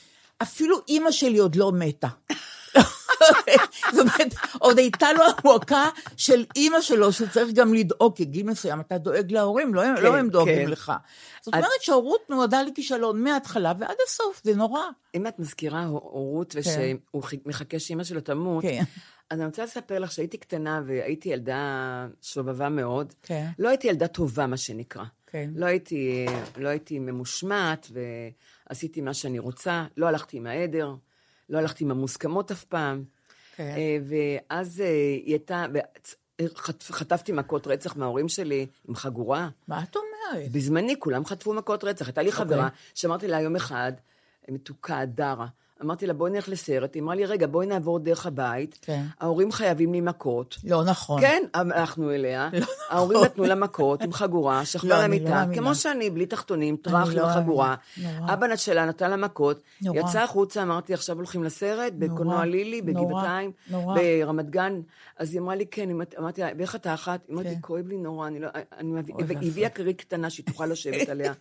[SPEAKER 3] אפילו אימא שלי עוד לא מתה. זאת אומרת, עוד הייתה לו המועקה של אימא שלו, שצריך גם לדאוג, כי גיל מסוים אתה דואג להורים, לא, הם- לא
[SPEAKER 2] כן,
[SPEAKER 3] הם דואגים
[SPEAKER 2] כן.
[SPEAKER 3] לך. זאת
[SPEAKER 2] את-
[SPEAKER 3] אומרת שההורות נועדה לכישלון מההתחלה ועד הסוף, זה נורא.
[SPEAKER 2] אם את מזכירה הורות ושהוא חי- מחכה שאימא שלו תמות,
[SPEAKER 3] כן.
[SPEAKER 2] אז אני רוצה לספר לך שהייתי קטנה והייתי ילדה שובבה מאוד.
[SPEAKER 3] כן.
[SPEAKER 2] לא הייתי ילדה טובה, מה שנקרא.
[SPEAKER 3] כן.
[SPEAKER 2] לא הייתי, לא הייתי ממושמעת ועשיתי מה שאני רוצה. לא הלכתי עם העדר, לא הלכתי עם המוסכמות אף פעם.
[SPEAKER 3] כן.
[SPEAKER 2] אה, ואז אה, היא הייתה, וצ- חט- חטפתי מכות רצח מההורים שלי עם חגורה.
[SPEAKER 3] מה את אומרת?
[SPEAKER 2] בזמני כולם חטפו מכות רצח. הייתה לי חברה שאמרתי לה יום אחד, מתוקה, דרה, אמרתי לה, בואי נלך לסרט. היא אמרה לי, רגע, בואי נעבור דרך הבית.
[SPEAKER 3] כן.
[SPEAKER 2] ההורים חייבים לי מכות.
[SPEAKER 3] לא נכון.
[SPEAKER 2] כן, הלכנו אליה, ההורים נתנו לה מכות עם חגורה,
[SPEAKER 3] לא,
[SPEAKER 2] שכבה
[SPEAKER 3] אני
[SPEAKER 2] על
[SPEAKER 3] לא
[SPEAKER 2] המיטה,
[SPEAKER 3] מאמינה.
[SPEAKER 2] כמו שאני, בלי תחתונים, טראח
[SPEAKER 3] לא
[SPEAKER 2] עם חגורה.
[SPEAKER 3] מאמינה. נורא.
[SPEAKER 2] אבא שלה נתן לה מכות,
[SPEAKER 3] נורא.
[SPEAKER 2] יצא החוצה, אמרתי, עכשיו הולכים לסרט, בקולנוע לילי,
[SPEAKER 3] נורא,
[SPEAKER 2] בגבעתיים,
[SPEAKER 3] נורא.
[SPEAKER 2] ברמת גן. אז היא אמרה לי, כן, אם את- אמרתי לה, ואיך את אחת? היא אמרת לי,
[SPEAKER 3] כן.
[SPEAKER 2] כואב לי נורא, אני לא... אני מביא-"
[SPEAKER 3] אוי
[SPEAKER 2] והיא
[SPEAKER 3] ואבוי.
[SPEAKER 2] הביאה כרית קטנה שהיא תוכל לשבת עליה.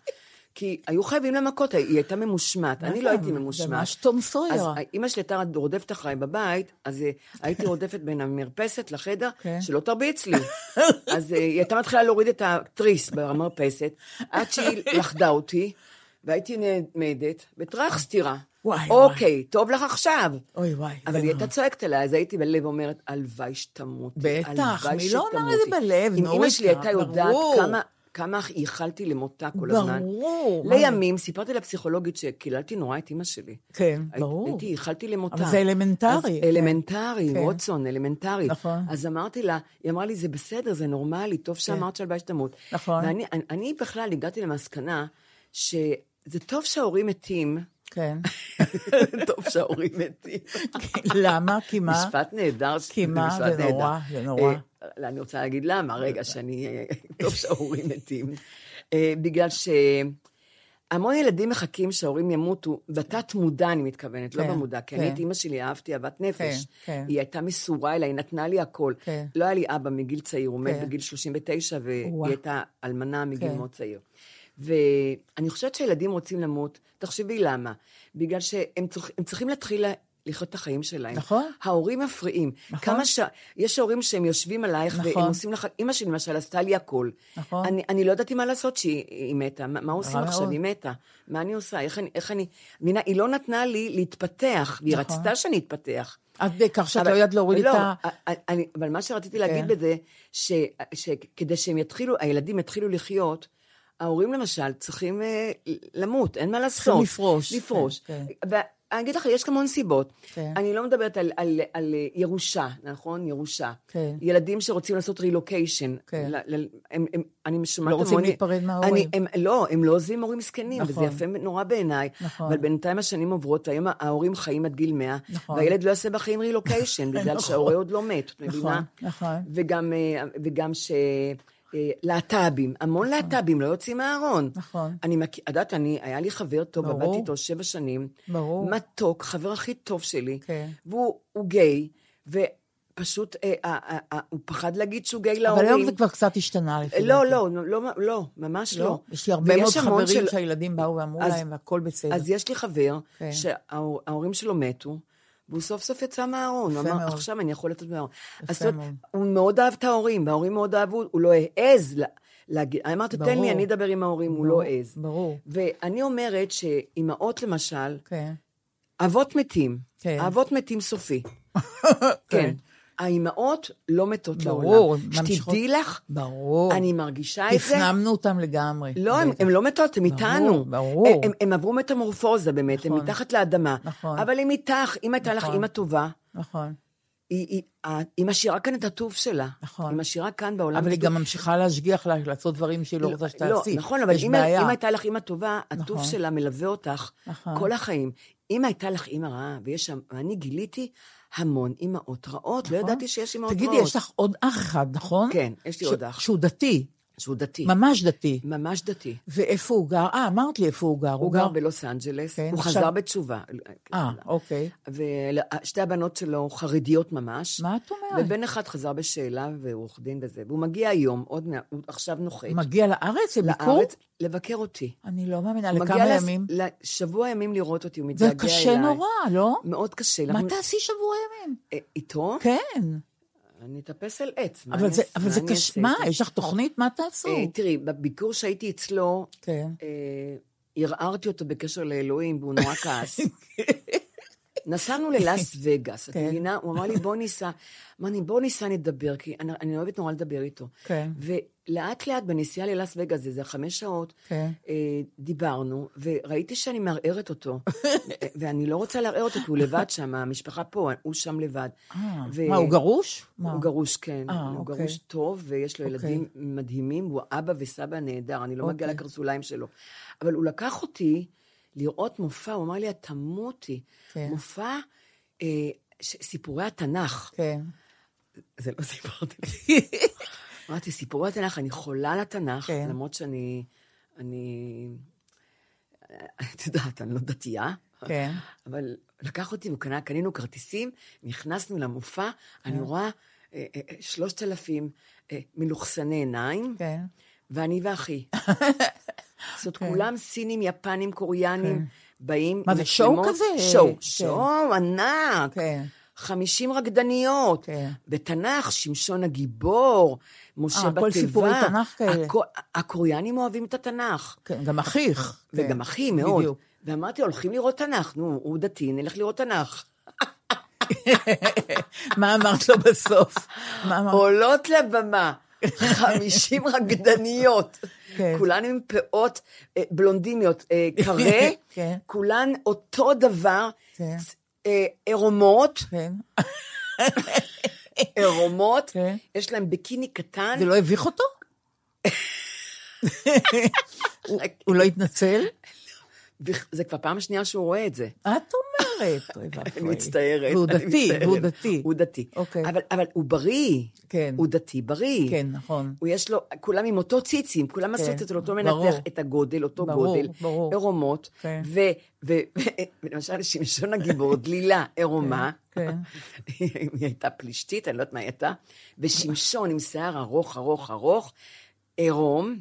[SPEAKER 2] כי היו חייבים לה מכות, היא הייתה ממושמעת, אני לא הייתי ממושמעת.
[SPEAKER 3] נכון. ממש תום סויר.
[SPEAKER 2] אז אימא שלי הייתה רודפת אחריי בבית, אז אה, הייתי רודפת בין המרפסת לחדר,
[SPEAKER 3] כן.
[SPEAKER 2] שלא תרביץ לי. אז אה, היא הייתה מתחילה להוריד את התריס במרפסת, עד שהיא לחדה אותי, והייתי נעמדת, וטראח סטירה.
[SPEAKER 3] וואי, וואי.
[SPEAKER 2] אוקיי, טוב לך עכשיו.
[SPEAKER 3] אוי וואי.
[SPEAKER 2] אבל
[SPEAKER 3] זה
[SPEAKER 2] היא
[SPEAKER 3] נורא.
[SPEAKER 2] הייתה צועקת עליי, אז הייתי בלב אומרת, הלוואי שתמותי.
[SPEAKER 3] בטח,
[SPEAKER 2] הלוואי
[SPEAKER 3] מי לא אמר
[SPEAKER 2] שתמותי."
[SPEAKER 3] את זה בלב,
[SPEAKER 2] אם אימא
[SPEAKER 3] נורית,
[SPEAKER 2] שלי הייתה יודעת
[SPEAKER 3] ברור.
[SPEAKER 2] כמה... כמה ייחלתי למותה כל הזמן.
[SPEAKER 3] ברור, מה זה?
[SPEAKER 2] לימים, סיפרתי לפסיכולוגית שקיללתי נורא את אימא שלי.
[SPEAKER 3] כן,
[SPEAKER 2] הי-
[SPEAKER 3] ברור.
[SPEAKER 2] הייתי, ייחלתי למותה.
[SPEAKER 3] אבל זה אלמנטרי,
[SPEAKER 2] אז
[SPEAKER 3] כן.
[SPEAKER 2] אלמנטרי,
[SPEAKER 3] כן.
[SPEAKER 2] ווטסון, אלמנטרי.
[SPEAKER 3] נכון. כן.
[SPEAKER 2] אז אמרתי לה, היא אמרה לי, זה בסדר, זה נורמלי, טוב שאמרת שהלוואי שתמות.
[SPEAKER 3] נכון.
[SPEAKER 2] ואני אני- אני בכלל הגעתי למסקנה שזה טוב שההורים מתים,
[SPEAKER 3] כן.
[SPEAKER 2] טוב שההורים מתים.
[SPEAKER 3] למה? כי מה?
[SPEAKER 2] משפט נהדר.
[SPEAKER 3] כי מה?
[SPEAKER 2] משפט
[SPEAKER 3] זה נורא,
[SPEAKER 2] נהדר.
[SPEAKER 3] זה נורא. אה.
[SPEAKER 2] אה, אני רוצה להגיד למה, רגע, שאני... אה, טוב שההורים מתים. אה, בגלל ש... אה, המון ילדים מחכים שההורים ימותו, בתת מודע אני מתכוונת, לא
[SPEAKER 3] כן,
[SPEAKER 2] במודע, כי אני
[SPEAKER 3] כן.
[SPEAKER 2] את אימא שלי אהבתי אהבת נפש.
[SPEAKER 3] כן.
[SPEAKER 2] היא הייתה מסורה אליי, היא נתנה לי הכל.
[SPEAKER 3] כן.
[SPEAKER 2] לא היה לי אבא מגיל צעיר, הוא מת
[SPEAKER 3] כן.
[SPEAKER 2] בגיל 39, והיא
[SPEAKER 3] וואו.
[SPEAKER 2] הייתה אלמנה מגיל
[SPEAKER 3] כן.
[SPEAKER 2] מאוד צעיר. ואני חושבת שילדים רוצים למות, תחשבי למה. בגלל שהם צריכ, הם צריכים להתחיל לה- לחיות את החיים שלהם.
[SPEAKER 3] נכון.
[SPEAKER 2] ההורים מפריעים.
[SPEAKER 3] נכון.
[SPEAKER 2] כמה ש... יש הורים שהם יושבים עלייך,
[SPEAKER 3] נכון.
[SPEAKER 2] והם עושים לך... אימא שלי, למשל, עשתה לי הכל.
[SPEAKER 3] נכון.
[SPEAKER 2] אני, אני לא ידעתי מה לעשות שהיא היא מתה. מה, מה עושים
[SPEAKER 3] רע
[SPEAKER 2] עכשיו?
[SPEAKER 3] מאוד.
[SPEAKER 2] היא מתה. מה אני עושה? איך אני... איך אני... מבינה, היא לא נתנה לי להתפתח, והיא
[SPEAKER 3] נכון.
[SPEAKER 2] רצתה שאני אתפתח.
[SPEAKER 3] עד כדי כך שאת
[SPEAKER 2] אה, אבל-
[SPEAKER 3] לא יודעת להוריד
[SPEAKER 2] לא,
[SPEAKER 3] את ה...
[SPEAKER 2] א- א- אני, אבל מה שרציתי להגיד
[SPEAKER 3] כן.
[SPEAKER 2] בזה, ש- שכדי שהם יתחילו, הילדים יתחילו לחיות, ההורים למשל צריכים אה, למות, אין מה לעשות.
[SPEAKER 3] לפרוש.
[SPEAKER 2] לפרוש.
[SPEAKER 3] כן,
[SPEAKER 2] ואני אגיד לך, יש המון סיבות.
[SPEAKER 3] כן.
[SPEAKER 2] אני לא מדברת על, על, על אה, ירושה, נכון? ירושה.
[SPEAKER 3] כן.
[SPEAKER 2] ילדים שרוצים לעשות רילוקיישן.
[SPEAKER 3] כן.
[SPEAKER 2] ל- ל- הם, הם, אני שומעת
[SPEAKER 3] לא רוצים
[SPEAKER 2] המון-
[SPEAKER 3] להיפרד מההורים.
[SPEAKER 2] אני, הם, לא, הם לא עוזבים הורים זקנים, נכון.
[SPEAKER 3] נכון.
[SPEAKER 2] וזה יפה נורא בעיניי.
[SPEAKER 3] נכון.
[SPEAKER 2] אבל בינתיים השנים עוברות, והיום ההורים חיים עד גיל 100,
[SPEAKER 3] נכון.
[SPEAKER 2] והילד לא יעשה בחיים רילוקיישן, בגלל שההורה עוד לא מת, את מבינה?
[SPEAKER 3] נכון.
[SPEAKER 2] וגם, אה, וגם ש... אה, להט"בים, המון להט"בים לא יוצאים מהארון.
[SPEAKER 3] נכון.
[SPEAKER 2] אני מכיר, את יודעת, אני, היה לי חבר טוב,
[SPEAKER 3] ברור.
[SPEAKER 2] עבדתי איתו שבע שנים.
[SPEAKER 3] ברור.
[SPEAKER 2] מתוק, חבר הכי טוב שלי.
[SPEAKER 3] כן.
[SPEAKER 2] והוא הוא גיי, ופשוט אה, אה, אה, אה, הוא פחד להגיד שהוא גיי
[SPEAKER 3] אבל
[SPEAKER 2] להורים.
[SPEAKER 3] היום זה כבר קצת השתנה לפי
[SPEAKER 2] לא,
[SPEAKER 3] דעתי.
[SPEAKER 2] לא, לא, לא, לא, ממש לא.
[SPEAKER 3] יש לי הרבה מאוד
[SPEAKER 2] ויש המון
[SPEAKER 3] חברים
[SPEAKER 2] של-
[SPEAKER 3] שהילדים באו ואמרו
[SPEAKER 2] אז-
[SPEAKER 3] להם, והכל בסדר.
[SPEAKER 2] אז יש לי חבר
[SPEAKER 3] כן.
[SPEAKER 2] שההורים שלו מתו, והוא סוף סוף יצא מהארון. הוא
[SPEAKER 3] יפה
[SPEAKER 2] אמר,
[SPEAKER 3] מאוד.
[SPEAKER 2] עכשיו אני יכול לצאת מהארון.
[SPEAKER 3] יפה
[SPEAKER 2] אז זאת אומרת,
[SPEAKER 3] מאוד.
[SPEAKER 2] הוא מאוד אהב את ההורים, וההורים מאוד אהבו, הוא לא העז לה- להגיד, אמרת, תן
[SPEAKER 3] ברור.
[SPEAKER 2] לי, אני אדבר עם ההורים, הוא
[SPEAKER 3] ברור,
[SPEAKER 2] לא העז.
[SPEAKER 3] ברור.
[SPEAKER 2] ואני אומרת שאימהות, למשל,
[SPEAKER 3] כן.
[SPEAKER 2] אבות מתים.
[SPEAKER 3] כן.
[SPEAKER 2] אבות מתים סופי. כן. האימהות לא מתות לעולם.
[SPEAKER 3] ברור,
[SPEAKER 2] שתדעי
[SPEAKER 3] ממשיכות-
[SPEAKER 2] לך,
[SPEAKER 3] ברור.
[SPEAKER 2] אני מרגישה את זה.
[SPEAKER 3] הפנמנו אותם לגמרי.
[SPEAKER 2] לא, הם, הם לא מתות, הם
[SPEAKER 3] ברור,
[SPEAKER 2] איתנו.
[SPEAKER 3] ברור.
[SPEAKER 2] הם, הם, הם עברו מטמורפוזה באמת,
[SPEAKER 3] נכון.
[SPEAKER 2] הם מתחת לאדמה.
[SPEAKER 3] נכון.
[SPEAKER 2] אבל הם איתך, אם הייתה לך
[SPEAKER 3] נכון.
[SPEAKER 2] אימא טובה,
[SPEAKER 3] נכון.
[SPEAKER 2] היא, היא, ה- היא משאירה כאן את הטוב שלה.
[SPEAKER 3] נכון.
[SPEAKER 2] היא משאירה כאן בעולם.
[SPEAKER 3] אבל היא
[SPEAKER 2] את
[SPEAKER 3] גם ממשיכה להשגיח לה, לעשות דברים שהיא לא רוצה
[SPEAKER 2] לא,
[SPEAKER 3] שתעשי.
[SPEAKER 2] נכון, אבל
[SPEAKER 3] יש
[SPEAKER 2] אם,
[SPEAKER 3] בעיה.
[SPEAKER 2] אם הייתה לך אימא טובה, הטוב
[SPEAKER 3] נכון.
[SPEAKER 2] שלה מלווה אותך
[SPEAKER 3] נכון.
[SPEAKER 2] כל החיים. אם הייתה לך אימא רעה, ויש שם, ואני גיליתי המון אימהות רעות, לא
[SPEAKER 3] נכון.
[SPEAKER 2] ידעתי שיש אימהות רעות.
[SPEAKER 3] תגידי, יש לך עוד אח אחד, נכון?
[SPEAKER 2] כן, יש לי
[SPEAKER 3] ש-
[SPEAKER 2] עוד כן. אח.
[SPEAKER 3] שהוא דתי,
[SPEAKER 2] שהוא דתי.
[SPEAKER 3] ממש דתי.
[SPEAKER 2] ממש דתי.
[SPEAKER 3] ואיפה הוא גר? אה, אמרת לי איפה הוא גר.
[SPEAKER 2] הוא גר בלוס אנג'לס,
[SPEAKER 3] כן,
[SPEAKER 2] הוא
[SPEAKER 3] עכשיו-
[SPEAKER 2] חזר בתשובה.
[SPEAKER 3] אה, אוקיי.
[SPEAKER 2] ושתי אה, הבנות שלו חרדיות ממש.
[SPEAKER 3] מה את אומרת?
[SPEAKER 2] ובן אחד חזר בשאלה, והוא עורך דין וזה, והוא מגיע היום, עוד מעט, הוא עכשיו נוחת.
[SPEAKER 3] מגיע לארץ לביקור?
[SPEAKER 2] לארץ, לבקר אותי.
[SPEAKER 3] אני לא מאמינה,
[SPEAKER 2] הוא
[SPEAKER 3] לכמה
[SPEAKER 2] מגיע לס-
[SPEAKER 3] ימים?
[SPEAKER 2] לשבוע ימים לראות אותי, הוא מתגעגע
[SPEAKER 3] זה
[SPEAKER 2] אליי.
[SPEAKER 3] קשה נורא, לא?
[SPEAKER 2] מאוד קשה.
[SPEAKER 3] מה
[SPEAKER 2] אנחנו-
[SPEAKER 3] תעשי שבוע ימים?
[SPEAKER 2] אה, איתו?
[SPEAKER 3] כן.
[SPEAKER 2] אני אטפס על עץ. מה
[SPEAKER 3] אבל
[SPEAKER 2] אני
[SPEAKER 3] זה-
[SPEAKER 2] אעשה?
[SPEAKER 3] אבל זה
[SPEAKER 2] אני
[SPEAKER 3] קשה,
[SPEAKER 2] אעשה?
[SPEAKER 3] מה, יש לך תוכנית? מה תעשו?
[SPEAKER 2] אה, תראי, בביקור שהייתי אצלו,
[SPEAKER 3] כן.
[SPEAKER 2] אה, ערערתי אותו בקשר לאלוהים, והוא נורא כעס. נסענו ללאס וגאס, את
[SPEAKER 3] כן.
[SPEAKER 2] מבינה? הוא אמר לי, בוא ניסע. אמר לי, בוא ניסע נדבר, כי אני, אני אוהבת נורא לדבר איתו.
[SPEAKER 3] כן.
[SPEAKER 2] ולאט לאט בנסיעה ללאס וגאס, זה, זה חמש שעות,
[SPEAKER 3] כן.
[SPEAKER 2] אה, דיברנו, וראיתי שאני מערערת אותו. ו- ואני לא רוצה לערער אותו, כי הוא לבד שם, המשפחה פה, הוא שם לבד.
[SPEAKER 3] אה,
[SPEAKER 2] ו-
[SPEAKER 3] מה, הוא גרוש? מה?
[SPEAKER 2] הוא גרוש, כן.
[SPEAKER 3] אה,
[SPEAKER 2] הוא
[SPEAKER 3] אוקיי.
[SPEAKER 2] גרוש טוב, ויש לו
[SPEAKER 3] אוקיי.
[SPEAKER 2] ילדים מדהימים, הוא אבא וסבא נהדר, אני לא מגיעה
[SPEAKER 3] אוקיי.
[SPEAKER 2] לקרסוליים שלו. אבל הוא לקח אותי לראות מופע, הוא אמר לי, את תמותי.
[SPEAKER 3] כן.
[SPEAKER 2] מופע אה, ש- סיפורי התנ"ך.
[SPEAKER 3] כן.
[SPEAKER 2] זה לא סיפרתי. אמרתי, סיפורי התנ"ך, אני חולה על התנ"ך,
[SPEAKER 3] כן.
[SPEAKER 2] למרות שאני... אני... את יודעת, אני לא דתייה.
[SPEAKER 3] כן.
[SPEAKER 2] אבל לקח אותי, הוא קנה, קנינו כרטיסים, נכנסנו למופע,
[SPEAKER 3] כן.
[SPEAKER 2] אני רואה אה, אה, אה, שלושת אלפים אה, מלוכסני עיניים,
[SPEAKER 3] כן.
[SPEAKER 2] ואני ואחי. זאת אומרת, כולם סינים, יפנים, קוריאנים, באים...
[SPEAKER 3] כן. מה
[SPEAKER 2] עם
[SPEAKER 3] זה, שואו
[SPEAKER 2] מצלמות.
[SPEAKER 3] כזה?
[SPEAKER 2] שואו,
[SPEAKER 3] כן.
[SPEAKER 2] שואו ענק.
[SPEAKER 3] כן.
[SPEAKER 2] 50 רקדניות,
[SPEAKER 3] כן.
[SPEAKER 2] בתנ"ך, שמשון הגיבור, משה
[SPEAKER 3] אה,
[SPEAKER 2] בתיבה.
[SPEAKER 3] הכל סיפורי תנ"ך כאלה.
[SPEAKER 2] הכ- הקוריאנים אוהבים את התנ"ך.
[SPEAKER 3] כן, גם אחיך. כן.
[SPEAKER 2] וגם אחי מאוד.
[SPEAKER 3] בדיוק.
[SPEAKER 2] ואמרתי לו, הולכים לראות תנ"ך, נו, הוא דתי, נלך לראות תנ"ך.
[SPEAKER 3] מה אמרת לו בסוף? מה אמרת?
[SPEAKER 2] עולות לבמה 50 רקדניות,
[SPEAKER 3] כן.
[SPEAKER 2] כולן עם פאות אה, בלונדיניות, אה, קרה,
[SPEAKER 3] כן.
[SPEAKER 2] כולן אותו דבר,
[SPEAKER 3] כן.
[SPEAKER 2] צ- אה, עירומות,
[SPEAKER 3] כן.
[SPEAKER 2] עירומות,
[SPEAKER 3] כן.
[SPEAKER 2] יש להם ביקיני קטן,
[SPEAKER 3] זה לא הביך אותו? הוא לא התנצל?
[SPEAKER 2] וכ- זה כבר פעם שנייה שהוא רואה את זה.
[SPEAKER 3] את אומרת, אוי
[SPEAKER 2] אני
[SPEAKER 3] ואבוי.
[SPEAKER 2] מצטערת.
[SPEAKER 3] והוא
[SPEAKER 2] אני
[SPEAKER 3] דתי,
[SPEAKER 2] מצטערת.
[SPEAKER 3] והוא דתי.
[SPEAKER 2] הוא דתי.
[SPEAKER 3] אוקיי.
[SPEAKER 2] אבל, אבל הוא בריא.
[SPEAKER 3] כן.
[SPEAKER 2] הוא דתי בריא.
[SPEAKER 3] כן, נכון.
[SPEAKER 2] הוא יש לו, כולם עם אותו ציצים, כולם עשו את אותו מנתח,
[SPEAKER 3] כן. ברור.
[SPEAKER 2] את הגודל, אותו
[SPEAKER 3] ברור,
[SPEAKER 2] גודל,
[SPEAKER 3] ברור.
[SPEAKER 2] עירומות,
[SPEAKER 3] כן.
[SPEAKER 2] ו- ו- ו- ולמשל שמשון הגיבור, דלילה, עירומה,
[SPEAKER 3] כן.
[SPEAKER 2] היא הייתה פלישתית, אני לא יודעת מה היא הייתה, ושמשון עם שיער ארוך, ארוך, ארוך, עירום,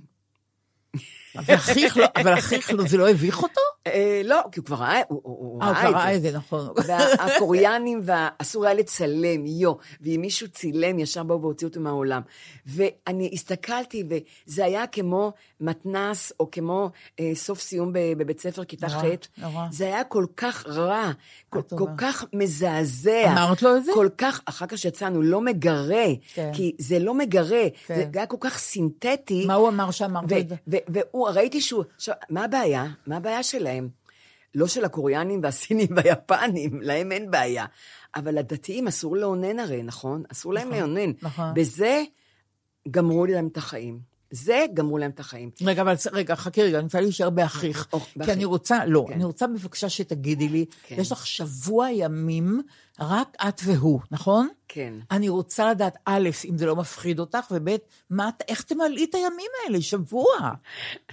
[SPEAKER 3] אבל החיך לו, אבל החיך לו, זה לא הביך אותו?
[SPEAKER 2] אה, לא, כי הוא כבר ראה, הוא- הוא הוא
[SPEAKER 3] אה, הוא
[SPEAKER 2] ראה
[SPEAKER 3] כבר
[SPEAKER 2] את
[SPEAKER 3] ראה
[SPEAKER 2] זה.
[SPEAKER 3] את זה, נכון.
[SPEAKER 2] והקוריאנים, וה- אסור היה לצלם, יו. ואם מישהו צילם, ישר באו והוציאו אותו מהעולם. ואני הסתכלתי, וזה היה כמו מתנס, או כמו אה, סוף סיום ב- בבית ספר, כיתה
[SPEAKER 3] נורא,
[SPEAKER 2] ח'.
[SPEAKER 3] נורא.
[SPEAKER 2] זה היה כל כך רע, כל,
[SPEAKER 3] את
[SPEAKER 2] כל
[SPEAKER 3] אומרת.
[SPEAKER 2] כך מזעזע.
[SPEAKER 3] אמרת לו את זה?
[SPEAKER 2] כל כך, אחר כך שיצאנו, לא מגרה.
[SPEAKER 3] כן.
[SPEAKER 2] כי זה לא מגרה,
[SPEAKER 3] כן.
[SPEAKER 2] זה היה כל כך סינתטי.
[SPEAKER 3] מה הוא אמר שאמרת
[SPEAKER 2] ו-
[SPEAKER 3] את זה?
[SPEAKER 2] ו- והוא, ראיתי שהוא, עכשיו, מה הבעיה? מה הבעיה שלהם? לא של הקוריאנים והסינים והיפנים, להם אין בעיה. אבל לדתיים אסור לאונן הרי, נכון? אסור להם לאונן.
[SPEAKER 3] נכון.
[SPEAKER 2] בזה גמרו להם את החיים. זה גמרו להם את החיים.
[SPEAKER 3] רגע, אבל רגע, חכי רגע, אני רוצה להישאר באחיך.
[SPEAKER 2] או,
[SPEAKER 3] כי
[SPEAKER 2] באחיך.
[SPEAKER 3] אני רוצה, לא,
[SPEAKER 2] אוקיי, כן.
[SPEAKER 3] אני רוצה בבקשה שתגידי לי,
[SPEAKER 2] כן.
[SPEAKER 3] יש לך שבוע ימים, רק את והוא, נכון?
[SPEAKER 2] כן.
[SPEAKER 3] אני רוצה לדעת, א', אם זה לא מפחיד אותך, וב', מה את- איך תמלאי את הימים האלה, שבוע?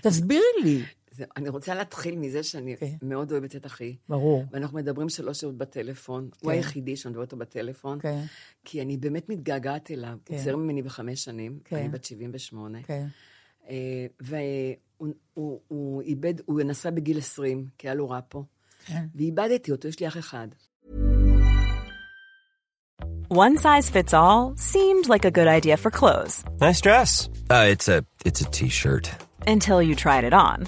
[SPEAKER 3] תסבירי לי.
[SPEAKER 2] זה, אני רוצה להתחיל מזה שאני
[SPEAKER 3] כן.
[SPEAKER 2] מאוד אוהבת את אחי.
[SPEAKER 3] ברור.
[SPEAKER 2] ואנחנו מדברים שלוש שעות בטלפון. הוא היחידי שאני מדברת איתו בטלפון.
[SPEAKER 3] כן.
[SPEAKER 2] כי אני באמת מתגעגעת אליו.
[SPEAKER 3] כן.
[SPEAKER 2] הוא צעיר ממני בחמש שנים,
[SPEAKER 3] כן.
[SPEAKER 2] אני בת 78.
[SPEAKER 3] כן.
[SPEAKER 2] אה, והוא הוא, הוא איבד, הוא נסע בגיל 20, כי היה לו רע פה.
[SPEAKER 3] כן.
[SPEAKER 2] ואיבדתי אותו, יש לי אח אחד.
[SPEAKER 4] One size fits all seemed like a good idea for clothes
[SPEAKER 5] Nice dress. Uh, it's a it's a t-shirt.
[SPEAKER 4] until you tried it on.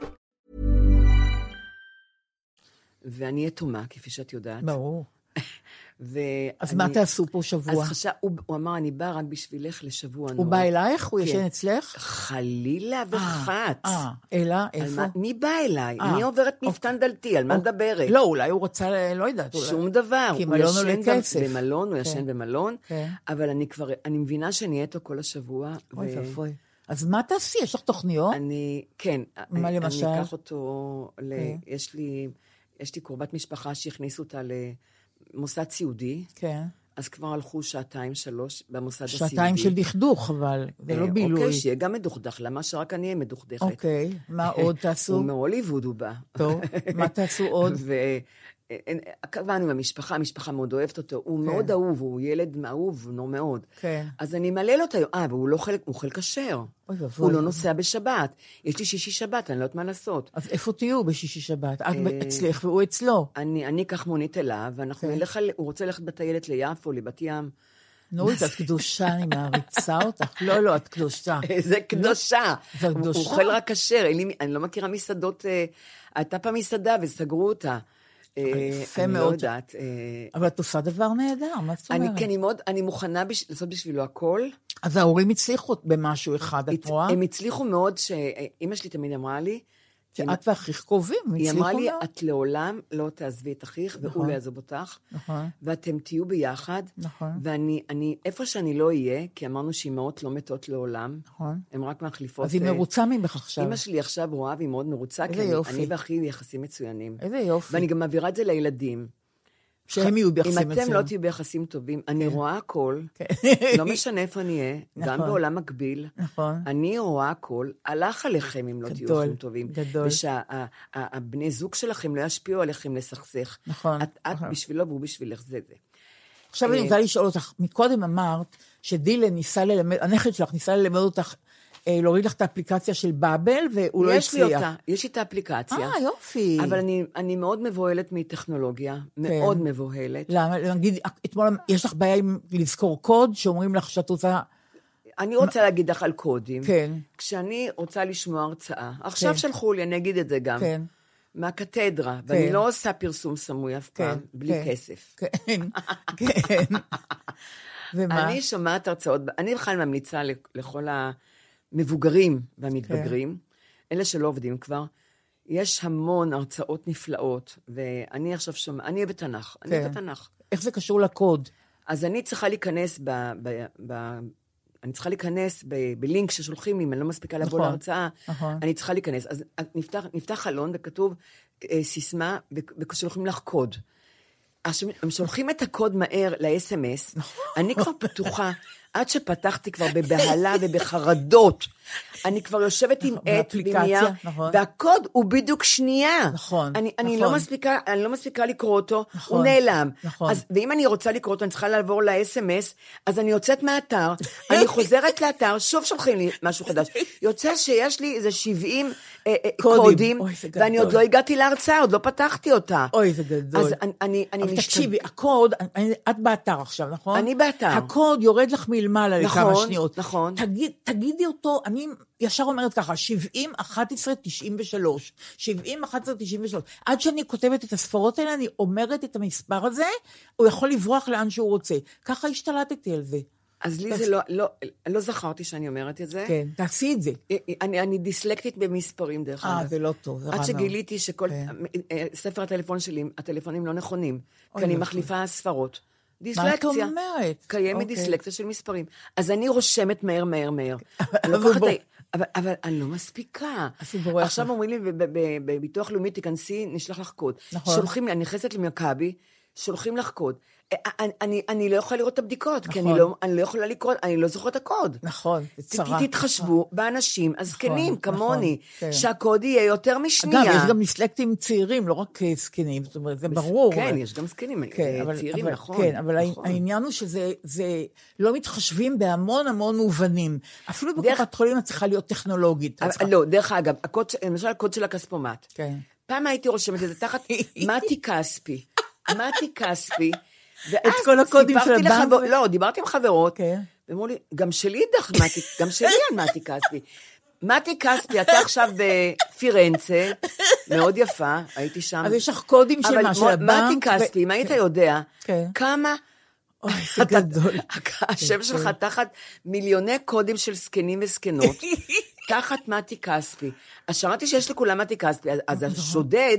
[SPEAKER 2] ואני יתומה, כפי שאת יודעת.
[SPEAKER 3] ברור.
[SPEAKER 2] ואני,
[SPEAKER 3] אז מה תעשו פה שבוע?
[SPEAKER 2] אז חשב, הוא, הוא אמר, אני בא רק בשבילך לשבוע נורא.
[SPEAKER 3] הוא בא אלייך? הוא
[SPEAKER 2] כן.
[SPEAKER 3] ישן אצלך?
[SPEAKER 2] חלילה וחץ.
[SPEAKER 3] אה, אלא,
[SPEAKER 2] על
[SPEAKER 3] איפה?
[SPEAKER 2] מה- מי בא אליי?
[SPEAKER 3] אה.
[SPEAKER 2] מי עוברת מפתן דלתי? על מה
[SPEAKER 3] אוקיי.
[SPEAKER 2] מדברת?
[SPEAKER 3] לא, אולי הוא רצה, לא יודעת. אולי-
[SPEAKER 2] שום דבר.
[SPEAKER 3] כי
[SPEAKER 2] הוא
[SPEAKER 3] מלון
[SPEAKER 2] ישן
[SPEAKER 3] עולה
[SPEAKER 2] גם
[SPEAKER 3] כסף.
[SPEAKER 2] במלון, הוא
[SPEAKER 3] כן.
[SPEAKER 2] ישן במלון,
[SPEAKER 3] כן.
[SPEAKER 2] אבל אני כבר, אני מבינה שאני אתו כל השבוע.
[SPEAKER 3] אוי
[SPEAKER 2] ו-
[SPEAKER 3] ואבוי. אז מה תעשי? יש לך תוכניות?
[SPEAKER 2] אני, כן.
[SPEAKER 3] מה
[SPEAKER 2] אני-
[SPEAKER 3] למשל?
[SPEAKER 2] אני אקח אותו, ל...
[SPEAKER 3] כן.
[SPEAKER 2] יש לי, יש לי קרובת משפחה שהכניסו אותה למוסד סיעודי,
[SPEAKER 3] כן.
[SPEAKER 2] אז כבר הלכו שעתיים, שלוש, במוסד הסיעודי.
[SPEAKER 3] שעתיים של דכדוך, אבל זה לא
[SPEAKER 2] אה,
[SPEAKER 3] בילוי.
[SPEAKER 2] אוקיי, שיהיה גם מדוכדך, למה שרק אני אהיה מדוכדכת?
[SPEAKER 3] אוקיי, מה עוד תעשו?
[SPEAKER 2] הוא מהוליווד הוא בא.
[SPEAKER 3] טוב, מה תעשו עוד?
[SPEAKER 2] ו... אה, אה, קבענו עם המשפחה, המשפחה מאוד אוהבת אותו, הוא מאוד אהוב, הוא ילד אהוב, נו מאוד.
[SPEAKER 3] כן.
[SPEAKER 2] אז אני אמלא לו את היום, אה, והוא לא חלק, הוא אוכל כשר.
[SPEAKER 3] אוי ואבוי.
[SPEAKER 2] הוא לא נוסע בשבת. יש לי שישי שבת, אני לא יודעת מה לעשות.
[SPEAKER 3] אז איפה תהיו בשישי שבת? את
[SPEAKER 2] אה,
[SPEAKER 3] ב- אצלך והוא אצלו.
[SPEAKER 2] אני אני אקח מונית אליו, ואנחנו
[SPEAKER 3] כן.
[SPEAKER 2] נלך, על- הוא רוצה ללכת בטיילת ליפו, לבת ים.
[SPEAKER 3] נורית, את קדושה, אני מעריצה אותך. לא, לא, את קדושה.
[SPEAKER 2] זה קדושה.
[SPEAKER 3] זה
[SPEAKER 2] הוא-
[SPEAKER 3] קדושה.
[SPEAKER 2] הוא אוכל רק כשר, אין לי מ- אני לא מכירה מסעדות, אה, הייתה פעם מסעדה וסגרו אותה. אה,
[SPEAKER 3] יפה
[SPEAKER 2] אני
[SPEAKER 3] מאוד.
[SPEAKER 2] לא יודעת. אה,
[SPEAKER 3] אבל את עושה דבר נהדר, מה זאת
[SPEAKER 2] אני
[SPEAKER 3] אומרת?
[SPEAKER 2] כן, אני מאוד, אני מוכנה בש- לעשות בשבילו הכל.
[SPEAKER 3] אז ההורים הצליחו במשהו אחד, את
[SPEAKER 2] הת-
[SPEAKER 3] רואה?
[SPEAKER 2] הם הצליחו מאוד, שאימא שלי תמיד אמרה לי,
[SPEAKER 3] שאת ואחיך קרובים, הם
[SPEAKER 2] היא
[SPEAKER 3] הצליחו
[SPEAKER 2] אמרה לי,
[SPEAKER 3] מאוד.
[SPEAKER 2] את לעולם לא תעזבי את אחיך, והוא לא יעזוב אותך,
[SPEAKER 3] נכון.
[SPEAKER 2] ואתם תהיו ביחד.
[SPEAKER 3] נכון.
[SPEAKER 2] ואני, אני, איפה שאני לא אהיה, כי אמרנו שאימהות לא מתות לעולם,
[SPEAKER 3] נכון.
[SPEAKER 2] הן רק מחליפות...
[SPEAKER 3] אז היא
[SPEAKER 2] אה,
[SPEAKER 3] מרוצה ממך עכשיו.
[SPEAKER 2] אימא שלי עכשיו רואה והיא מאוד מרוצה,
[SPEAKER 3] איזה
[SPEAKER 2] כי אני-
[SPEAKER 3] יופי.
[SPEAKER 2] אני ואחי יחסים מצוינים.
[SPEAKER 3] איזה יופי.
[SPEAKER 2] ואני גם מעבירה את זה לילדים.
[SPEAKER 3] שהם יהיו ביחסים
[SPEAKER 2] אם אתם לא
[SPEAKER 3] מצוינים. כן.
[SPEAKER 2] תהיו ביחסים טובים, אני רואה הכל, לא משנה איפה אני אהיה, גם
[SPEAKER 3] נכון.
[SPEAKER 2] בעולם מקביל.
[SPEAKER 3] כן. נכון.
[SPEAKER 2] אני רואה הכל, הלך עליכם אם לא תהיו
[SPEAKER 3] גדול,
[SPEAKER 2] יחסים טובים.
[SPEAKER 3] גדול.
[SPEAKER 2] ושהבני זוג שלכם לא ישפיעו עליכם לסכסך.
[SPEAKER 3] נכון,
[SPEAKER 2] את, את
[SPEAKER 3] נכון.
[SPEAKER 2] בשבילו והוא בשבילך, זה זה.
[SPEAKER 3] עכשיו אני רוצה לשאול אותך, מקודם אמרת שדילן ניסה ללמד, הנכד שלך ניסה ללמד אותך, אה, להוריד לך את האפליקציה של באבל, והוא לא
[SPEAKER 2] יש לי
[SPEAKER 3] הצליח.
[SPEAKER 2] אותה, יש לי את האפליקציה.
[SPEAKER 3] אה, יופי. כן.
[SPEAKER 2] אבל אני, אני מאוד מבוהלת מטכנולוגיה, מאוד מבוהלת.
[SPEAKER 3] למה? נגיד, אתמול יש לך בעיה עם לזכור קוד, שאומרים לך שאת רוצה...
[SPEAKER 2] אני רוצה להגיד לך על קודים.
[SPEAKER 3] כן.
[SPEAKER 2] כשאני רוצה לשמוע הרצאה, עכשיו
[SPEAKER 3] כן.
[SPEAKER 2] שלחו לי, אני אגיד את זה גם.
[SPEAKER 3] כן.
[SPEAKER 2] מהקתדרה,
[SPEAKER 3] כן.
[SPEAKER 2] ואני לא עושה פרסום סמוי אף פעם, אה, בלי
[SPEAKER 3] כן,
[SPEAKER 2] כסף.
[SPEAKER 3] כן, כן. ומה?
[SPEAKER 2] אני שומעת הרצאות, אני בכלל ממליצה לכ- לכל המבוגרים והמתבגרים,
[SPEAKER 3] כן.
[SPEAKER 2] אלה שלא עובדים כבר, יש המון הרצאות נפלאות, ואני עכשיו שומעת, אני אוהבת תנ"ך, אני
[SPEAKER 3] כן.
[SPEAKER 2] אוהבת תנ"ך.
[SPEAKER 3] איך זה קשור לקוד?
[SPEAKER 2] אז אני צריכה להיכנס ב... ב, ב אני צריכה להיכנס ב, בלינק ששולחים לי, אם אני לא מספיקה לבוא
[SPEAKER 3] נכון,
[SPEAKER 2] להרצאה,
[SPEAKER 3] נכון.
[SPEAKER 2] אני צריכה להיכנס. אז אה, נפתח, נפתח חלון וכתוב אה, סיסמה, ו- ושולחים לך קוד. עכשיו, הם שולחים את הקוד מהר ל-SMS,
[SPEAKER 3] נכון.
[SPEAKER 2] אני כבר פתוחה, עד שפתחתי כבר בבהלה ובחרדות. אני כבר יושבת עם עט
[SPEAKER 3] באפליקציה,
[SPEAKER 2] ונייר,
[SPEAKER 3] נכון.
[SPEAKER 2] והקוד הוא בדיוק שנייה.
[SPEAKER 3] נכון,
[SPEAKER 2] אני, אני,
[SPEAKER 3] נכון.
[SPEAKER 2] לא, מספיקה, אני לא מספיקה לקרוא אותו, הוא
[SPEAKER 3] נכון,
[SPEAKER 2] נעלם.
[SPEAKER 3] נכון.
[SPEAKER 2] אז ואם אני רוצה לקרוא אותו, אני צריכה לעבור ל-SMS, אז אני יוצאת מהאתר, אני חוזרת לאתר, שוב שולחים לי משהו חדש. יוצא שיש לי איזה 70 אה, אה,
[SPEAKER 3] קודים.
[SPEAKER 2] קודים,
[SPEAKER 3] אוי, זה גדול.
[SPEAKER 2] ואני עוד לא הגעתי להרצאה, עוד לא פתחתי אותה.
[SPEAKER 3] אוי, זה גדול.
[SPEAKER 2] אז אני- אני
[SPEAKER 3] אבל
[SPEAKER 2] משתגעת.
[SPEAKER 3] תקשיבי, הקוד, אני- את באתר עכשיו, נכון?
[SPEAKER 2] אני באתר.
[SPEAKER 3] הקוד יורד לך מלמעלה לכמה
[SPEAKER 2] נכון,
[SPEAKER 3] שניות.
[SPEAKER 2] נכון.
[SPEAKER 3] תגיד- תגידי אותו, אני ישר אומרת ככה, 70, 11, 93. 70, 11, 93. עד שאני כותבת את הספרות האלה, אני אומרת את המספר הזה, הוא יכול לברוח לאן שהוא רוצה. ככה השתלטתי על זה.
[SPEAKER 2] אז לי זה לא, לא, לא זכרתי שאני אומרת את זה.
[SPEAKER 3] כן, תעשי את זה.
[SPEAKER 2] אה, אני, אני דיסלקטית במספרים, דרך
[SPEAKER 3] אה,
[SPEAKER 2] אגב.
[SPEAKER 3] זה לא טוב, זה רע
[SPEAKER 2] עד
[SPEAKER 3] מאוד.
[SPEAKER 2] שגיליתי שכל
[SPEAKER 3] כן.
[SPEAKER 2] אה, ספר הטלפון שלי, הטלפונים לא נכונים,
[SPEAKER 3] אוי,
[SPEAKER 2] כי אני
[SPEAKER 3] לא
[SPEAKER 2] מחליפה ספרות.
[SPEAKER 3] מה את
[SPEAKER 2] דיסלקציה.
[SPEAKER 3] אומרת?
[SPEAKER 2] קיימת
[SPEAKER 3] אוקיי.
[SPEAKER 2] דיסלקציה של מספרים. אז אני רושמת מהר, מהר, מהר. אני
[SPEAKER 3] אבל
[SPEAKER 2] לוקחת...
[SPEAKER 3] בוא-
[SPEAKER 2] אבל, אבל אני לא מספיקה.
[SPEAKER 3] אז הוא בורח
[SPEAKER 2] עכשיו
[SPEAKER 3] לך.
[SPEAKER 2] אומרים לי, בב- בב- בביטוח לאומי תיכנסי, נשלח לך קוד.
[SPEAKER 3] נכון.
[SPEAKER 2] שולחים לי, אני נכנסת למכבי, שולחים לך קוד. אה, אני, אני, אני לא יכולה לראות את הבדיקות, כי
[SPEAKER 3] נכון.
[SPEAKER 2] אני לא, אני לא יכולה לקרוא, אני לא זוכרת את הקוד.
[SPEAKER 3] נכון, זה
[SPEAKER 2] ת-
[SPEAKER 3] צרה.
[SPEAKER 2] תתחשבו באנשים הזקנים,
[SPEAKER 3] נכון,
[SPEAKER 2] כמוני,
[SPEAKER 3] כן.
[SPEAKER 2] שהקוד יהיה יותר משנייה.
[SPEAKER 3] אגב, יש גם דיסלקטים צעירים, לא רק אה, זקנים, זאת אומרת, זה ברור.
[SPEAKER 2] כן,
[SPEAKER 3] אבל-
[SPEAKER 2] יש גם זקנים,
[SPEAKER 3] כן,
[SPEAKER 2] אה,
[SPEAKER 3] אבל-
[SPEAKER 2] צעירים,
[SPEAKER 3] אבל-
[SPEAKER 2] נכון.
[SPEAKER 3] כן, אבל
[SPEAKER 2] נכון.
[SPEAKER 3] העניין הוא שזה זה- לא מתחשבים בהמון המון מובנים. אפילו
[SPEAKER 2] דרך-
[SPEAKER 3] בקופת חולים את צריכה להיות טכנולוגית. את
[SPEAKER 2] אבל-
[SPEAKER 3] צריכה-
[SPEAKER 2] לא, דרך אגב, הקוד, ש- למשל הקוד של הכספומט.
[SPEAKER 3] כן.
[SPEAKER 2] פעם הייתי רושמת את זה תחת מתי כספי. מתי כספי. ואז
[SPEAKER 3] את כל הקודים של
[SPEAKER 2] סיפרתי
[SPEAKER 3] הבנק
[SPEAKER 2] לחבר-
[SPEAKER 3] ו-
[SPEAKER 2] לא, דיברתי עם חברות,
[SPEAKER 3] כן.
[SPEAKER 2] ואמרו לי, גם שלי דח מתי, גם שלי על מתי כספי. מתי כספי, אתה עכשיו בפירנצה, מאוד יפה, הייתי שם.
[SPEAKER 3] אז יש לך קודים של
[SPEAKER 2] אבל
[SPEAKER 3] מה, של
[SPEAKER 2] מ-
[SPEAKER 3] הבנק
[SPEAKER 2] מתי כספי,
[SPEAKER 3] ו-
[SPEAKER 2] אם היית
[SPEAKER 3] כן.
[SPEAKER 2] יודע,
[SPEAKER 3] כן.
[SPEAKER 2] כמה...
[SPEAKER 3] אוי, זה
[SPEAKER 2] אתה-
[SPEAKER 3] גדול. כן,
[SPEAKER 2] השם שלך תחת מיליוני קודים של זקנים וזקנות, תחת מתי כספי. אז שמעתי שיש לכולם מתי כספי, אז- אז השודד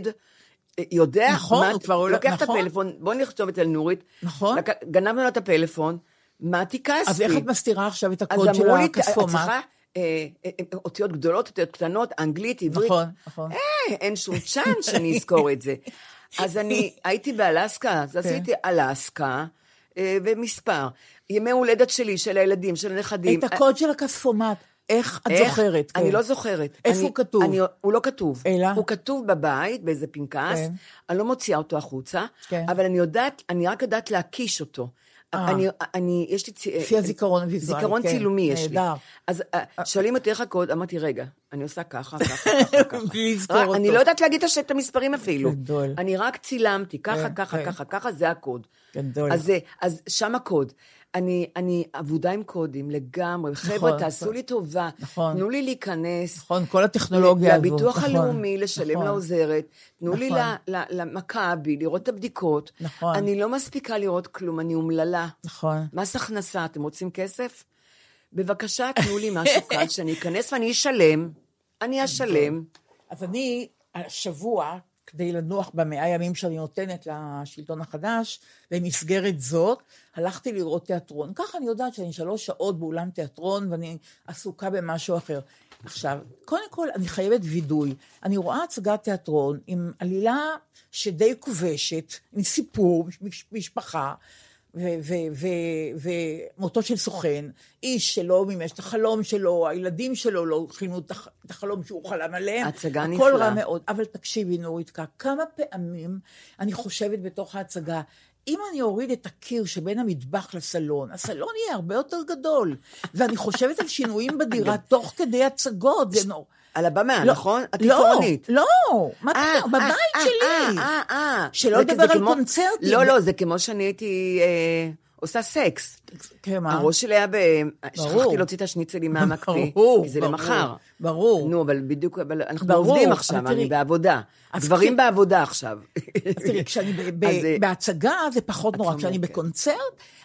[SPEAKER 2] אה, יודע,
[SPEAKER 3] נכון,
[SPEAKER 2] מת-
[SPEAKER 3] הוא כבר הולך-
[SPEAKER 2] לוקח את
[SPEAKER 3] נכון.
[SPEAKER 2] הפלאפון, בוא נכתוב את זה לנורית,
[SPEAKER 3] נכון.
[SPEAKER 2] לק- גנבנו לה את הפלאפון, מתי כספי.
[SPEAKER 3] אז איך את מסתירה עכשיו את
[SPEAKER 2] אז
[SPEAKER 3] הקוד של
[SPEAKER 2] אמרו לי, "את- את
[SPEAKER 3] הכספומט?
[SPEAKER 2] צריכה, אה, אה, אה, אותיות גדולות, אותיות קטנות, אנגלית, עברית.
[SPEAKER 3] נכון, נכון.
[SPEAKER 2] אה, אין שום צ'אנס שאני אזכור את זה. אז אני הייתי באלסקה,
[SPEAKER 3] כן.
[SPEAKER 2] אז עשיתי אלסקה אה, ומספר. ימי הולדת שלי, של הילדים, של הנכדים.
[SPEAKER 3] את הקוד של הכספומט, איך את
[SPEAKER 2] איך?
[SPEAKER 3] זוכרת?
[SPEAKER 2] אני
[SPEAKER 3] כן.
[SPEAKER 2] לא זוכרת.
[SPEAKER 3] איפה
[SPEAKER 2] אני-
[SPEAKER 3] הוא כתוב?
[SPEAKER 2] אני- הוא לא כתוב.
[SPEAKER 3] אלא?
[SPEAKER 2] הוא כתוב בבית, באיזה פנקס,
[SPEAKER 3] כן.
[SPEAKER 2] אני לא מוציאה אותו החוצה,
[SPEAKER 3] כן. אה.
[SPEAKER 2] אבל אני יודעת, אני רק יודעת להקיש אותו. אני, אני, יש לי... צ-
[SPEAKER 3] לפי הזיכרון הוויזואלי,
[SPEAKER 2] זיכרון
[SPEAKER 3] כן.
[SPEAKER 2] צילומי יש לי.
[SPEAKER 3] נהדר.
[SPEAKER 2] אז אה, שואלים אותי איך הקוד, אמרתי, רגע, אני עושה ככה, ככה, ככה, ככה.
[SPEAKER 3] בלי לזכור
[SPEAKER 2] רק- אני
[SPEAKER 3] אותו.
[SPEAKER 2] לא יודעת להגיד את הש- את המספרים אפילו.
[SPEAKER 3] גדול.
[SPEAKER 2] אני רק צילמתי, ככה,
[SPEAKER 3] כן,
[SPEAKER 2] ככה,
[SPEAKER 3] כן.
[SPEAKER 2] ככה, ככה, זה הקוד.
[SPEAKER 3] גדול.
[SPEAKER 2] אז זה- אה, אז שם הקוד. אני, אני עבודה עם קודים לגמרי. חבר'ה, תעשו
[SPEAKER 3] נכון.
[SPEAKER 2] לי טובה.
[SPEAKER 3] נכון.
[SPEAKER 2] תנו לי להיכנס.
[SPEAKER 3] נכון, כל הטכנולוגיה הזו.
[SPEAKER 2] לביטוח
[SPEAKER 3] נכון,
[SPEAKER 2] הלאומי, לשלם
[SPEAKER 3] נכון.
[SPEAKER 2] לעוזרת. תנו לי
[SPEAKER 3] נכון.
[SPEAKER 2] ל- ל- למכבי לראות את הבדיקות.
[SPEAKER 3] נכון.
[SPEAKER 2] אני לא מספיקה לראות כלום, אני אומללה.
[SPEAKER 3] נכון.
[SPEAKER 2] מס הכנסה, אתם רוצים כסף? בבקשה, תנו לי משהו קל, שאני אכנס ואני אשלם. אני
[SPEAKER 3] נכון.
[SPEAKER 2] אשלם.
[SPEAKER 3] אז אני, השבוע, כדי לנוח במאה ימים שאני נותנת לשלטון החדש, במסגרת זאת, הלכתי לראות תיאטרון. ככה אני יודעת שאני שלוש שעות באולם תיאטרון ואני עסוקה במשהו אחר. עכשיו, קודם כל, אני חייבת וידוי. אני רואה הצגת תיאטרון עם עלילה שדי כובשת, עם סיפור, מש- משפחה, ו- ו- ו- ומותו של סוכן, איש שלא מימש את החלום שלו, הילדים שלו לא חילמו את הח- את החלום שהוא חלם עליהם.
[SPEAKER 2] הצגה
[SPEAKER 3] כן. הכל
[SPEAKER 2] נפלאה.
[SPEAKER 3] רע מאוד. אבל תקשיבי, נורית קק, כמה פעמים אני חושבת בתוך ההצגה, אם אני אוריד את הקיר שבין המטבח לסלון, הסלון יהיה הרבה יותר גדול. ואני חושבת על שינויים בדירה תוך כדי הצגות, זה נורא.
[SPEAKER 2] על הבמה, נכון? את תיכונית.
[SPEAKER 3] לא, לא, מה פתאום, בבית שלי.
[SPEAKER 2] אה, אה.
[SPEAKER 3] שלא
[SPEAKER 2] זה-
[SPEAKER 3] לדבר
[SPEAKER 2] זה
[SPEAKER 3] על
[SPEAKER 2] כמו-
[SPEAKER 3] קונצרטים.
[SPEAKER 2] לא, לא, זה כמו שאני הייתי אה, עושה סקס.
[SPEAKER 3] כן, מה?
[SPEAKER 2] הראש שלי היה ב... שכחתי להוציא את השניצלים מהמקפיא.
[SPEAKER 3] ברור,
[SPEAKER 2] כי זה
[SPEAKER 3] ברור,
[SPEAKER 2] למחר.
[SPEAKER 3] ברור.
[SPEAKER 2] נו, אבל בדיוק, אבל אנחנו
[SPEAKER 3] ברור,
[SPEAKER 2] עובדים
[SPEAKER 3] אבל
[SPEAKER 2] עכשיו,
[SPEAKER 3] תראי-
[SPEAKER 2] אני בעבודה.
[SPEAKER 3] אז
[SPEAKER 2] דברים
[SPEAKER 3] כי-
[SPEAKER 2] בעבודה עכשיו.
[SPEAKER 3] אז תראי, כשאני ב- ב-
[SPEAKER 2] אז, לא אה,
[SPEAKER 3] בהצגה זה פחות נורא, כשאני בקונצרט,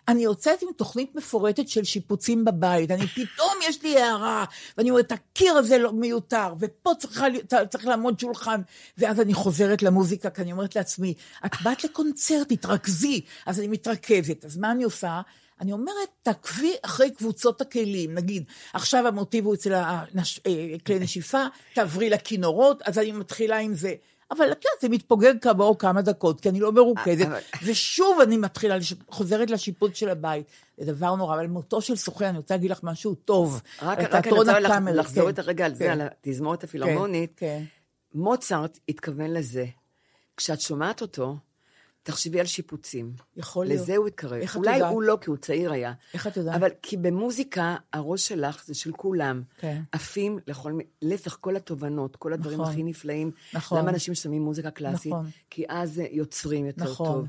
[SPEAKER 3] אני יוצאת עם תוכנית מפורטת של שיפוצים בבית, אני פתאום יש לי הערה, ואני אומרת, הקיר הזה לא מיותר, ופה צריכה להיות- צריך לעמוד שולחן, ואז אני חוזרת למוזיקה, כי אני אומרת לעצמי, את באת לקונצרט, תתרכזי, אז אני מתרכזת, אז מה אני עושה? אני אומרת, תעקבי אחרי קבוצות הכלים, נגיד, עכשיו המוטיב הוא אצל הנש... אה, כלי נשיפה, תעברי לכינורות, אז אני מתחילה עם זה. אבל כן, זה מתפוגג כעבור כמה דקות, כי אני לא מרוכזת,
[SPEAKER 2] אבל-
[SPEAKER 3] ושוב אני מתחילה, לש... חוזרת לשיפוץ של הבית. זה דבר נורא, אבל מותו של סוכן, אני רוצה להגיד לך משהו טוב.
[SPEAKER 2] רק
[SPEAKER 3] על
[SPEAKER 2] רק אני
[SPEAKER 3] תיאטרון
[SPEAKER 2] רוצה לח-
[SPEAKER 3] הקאמרי,
[SPEAKER 2] לחזור
[SPEAKER 3] כן,
[SPEAKER 2] את הרגע על זה,
[SPEAKER 3] כן,
[SPEAKER 2] על התזמורת הפילהרמונית.
[SPEAKER 3] כן,
[SPEAKER 2] מוצרט התכוון לזה. כשאת שומעת אותו, תחשבי על שיפוצים.
[SPEAKER 3] יכול להיות.
[SPEAKER 2] לזה הוא התקרב.
[SPEAKER 3] איך את
[SPEAKER 2] אולי
[SPEAKER 3] יודעת?
[SPEAKER 2] הוא לא, כי הוא צעיר היה.
[SPEAKER 3] איך את יודעת?
[SPEAKER 2] אבל כי במוזיקה, הראש שלך זה של כולם.
[SPEAKER 3] כן.
[SPEAKER 2] עפים לכל מי... להפך, כל התובנות, כל הדברים
[SPEAKER 3] נכון.
[SPEAKER 2] הכי נפלאים.
[SPEAKER 3] נכון.
[SPEAKER 2] למה אנשים שמים מוזיקה קלאסית?
[SPEAKER 3] נכון.
[SPEAKER 2] כי אז אה, יוצרים יותר
[SPEAKER 3] נכון.
[SPEAKER 2] טוב.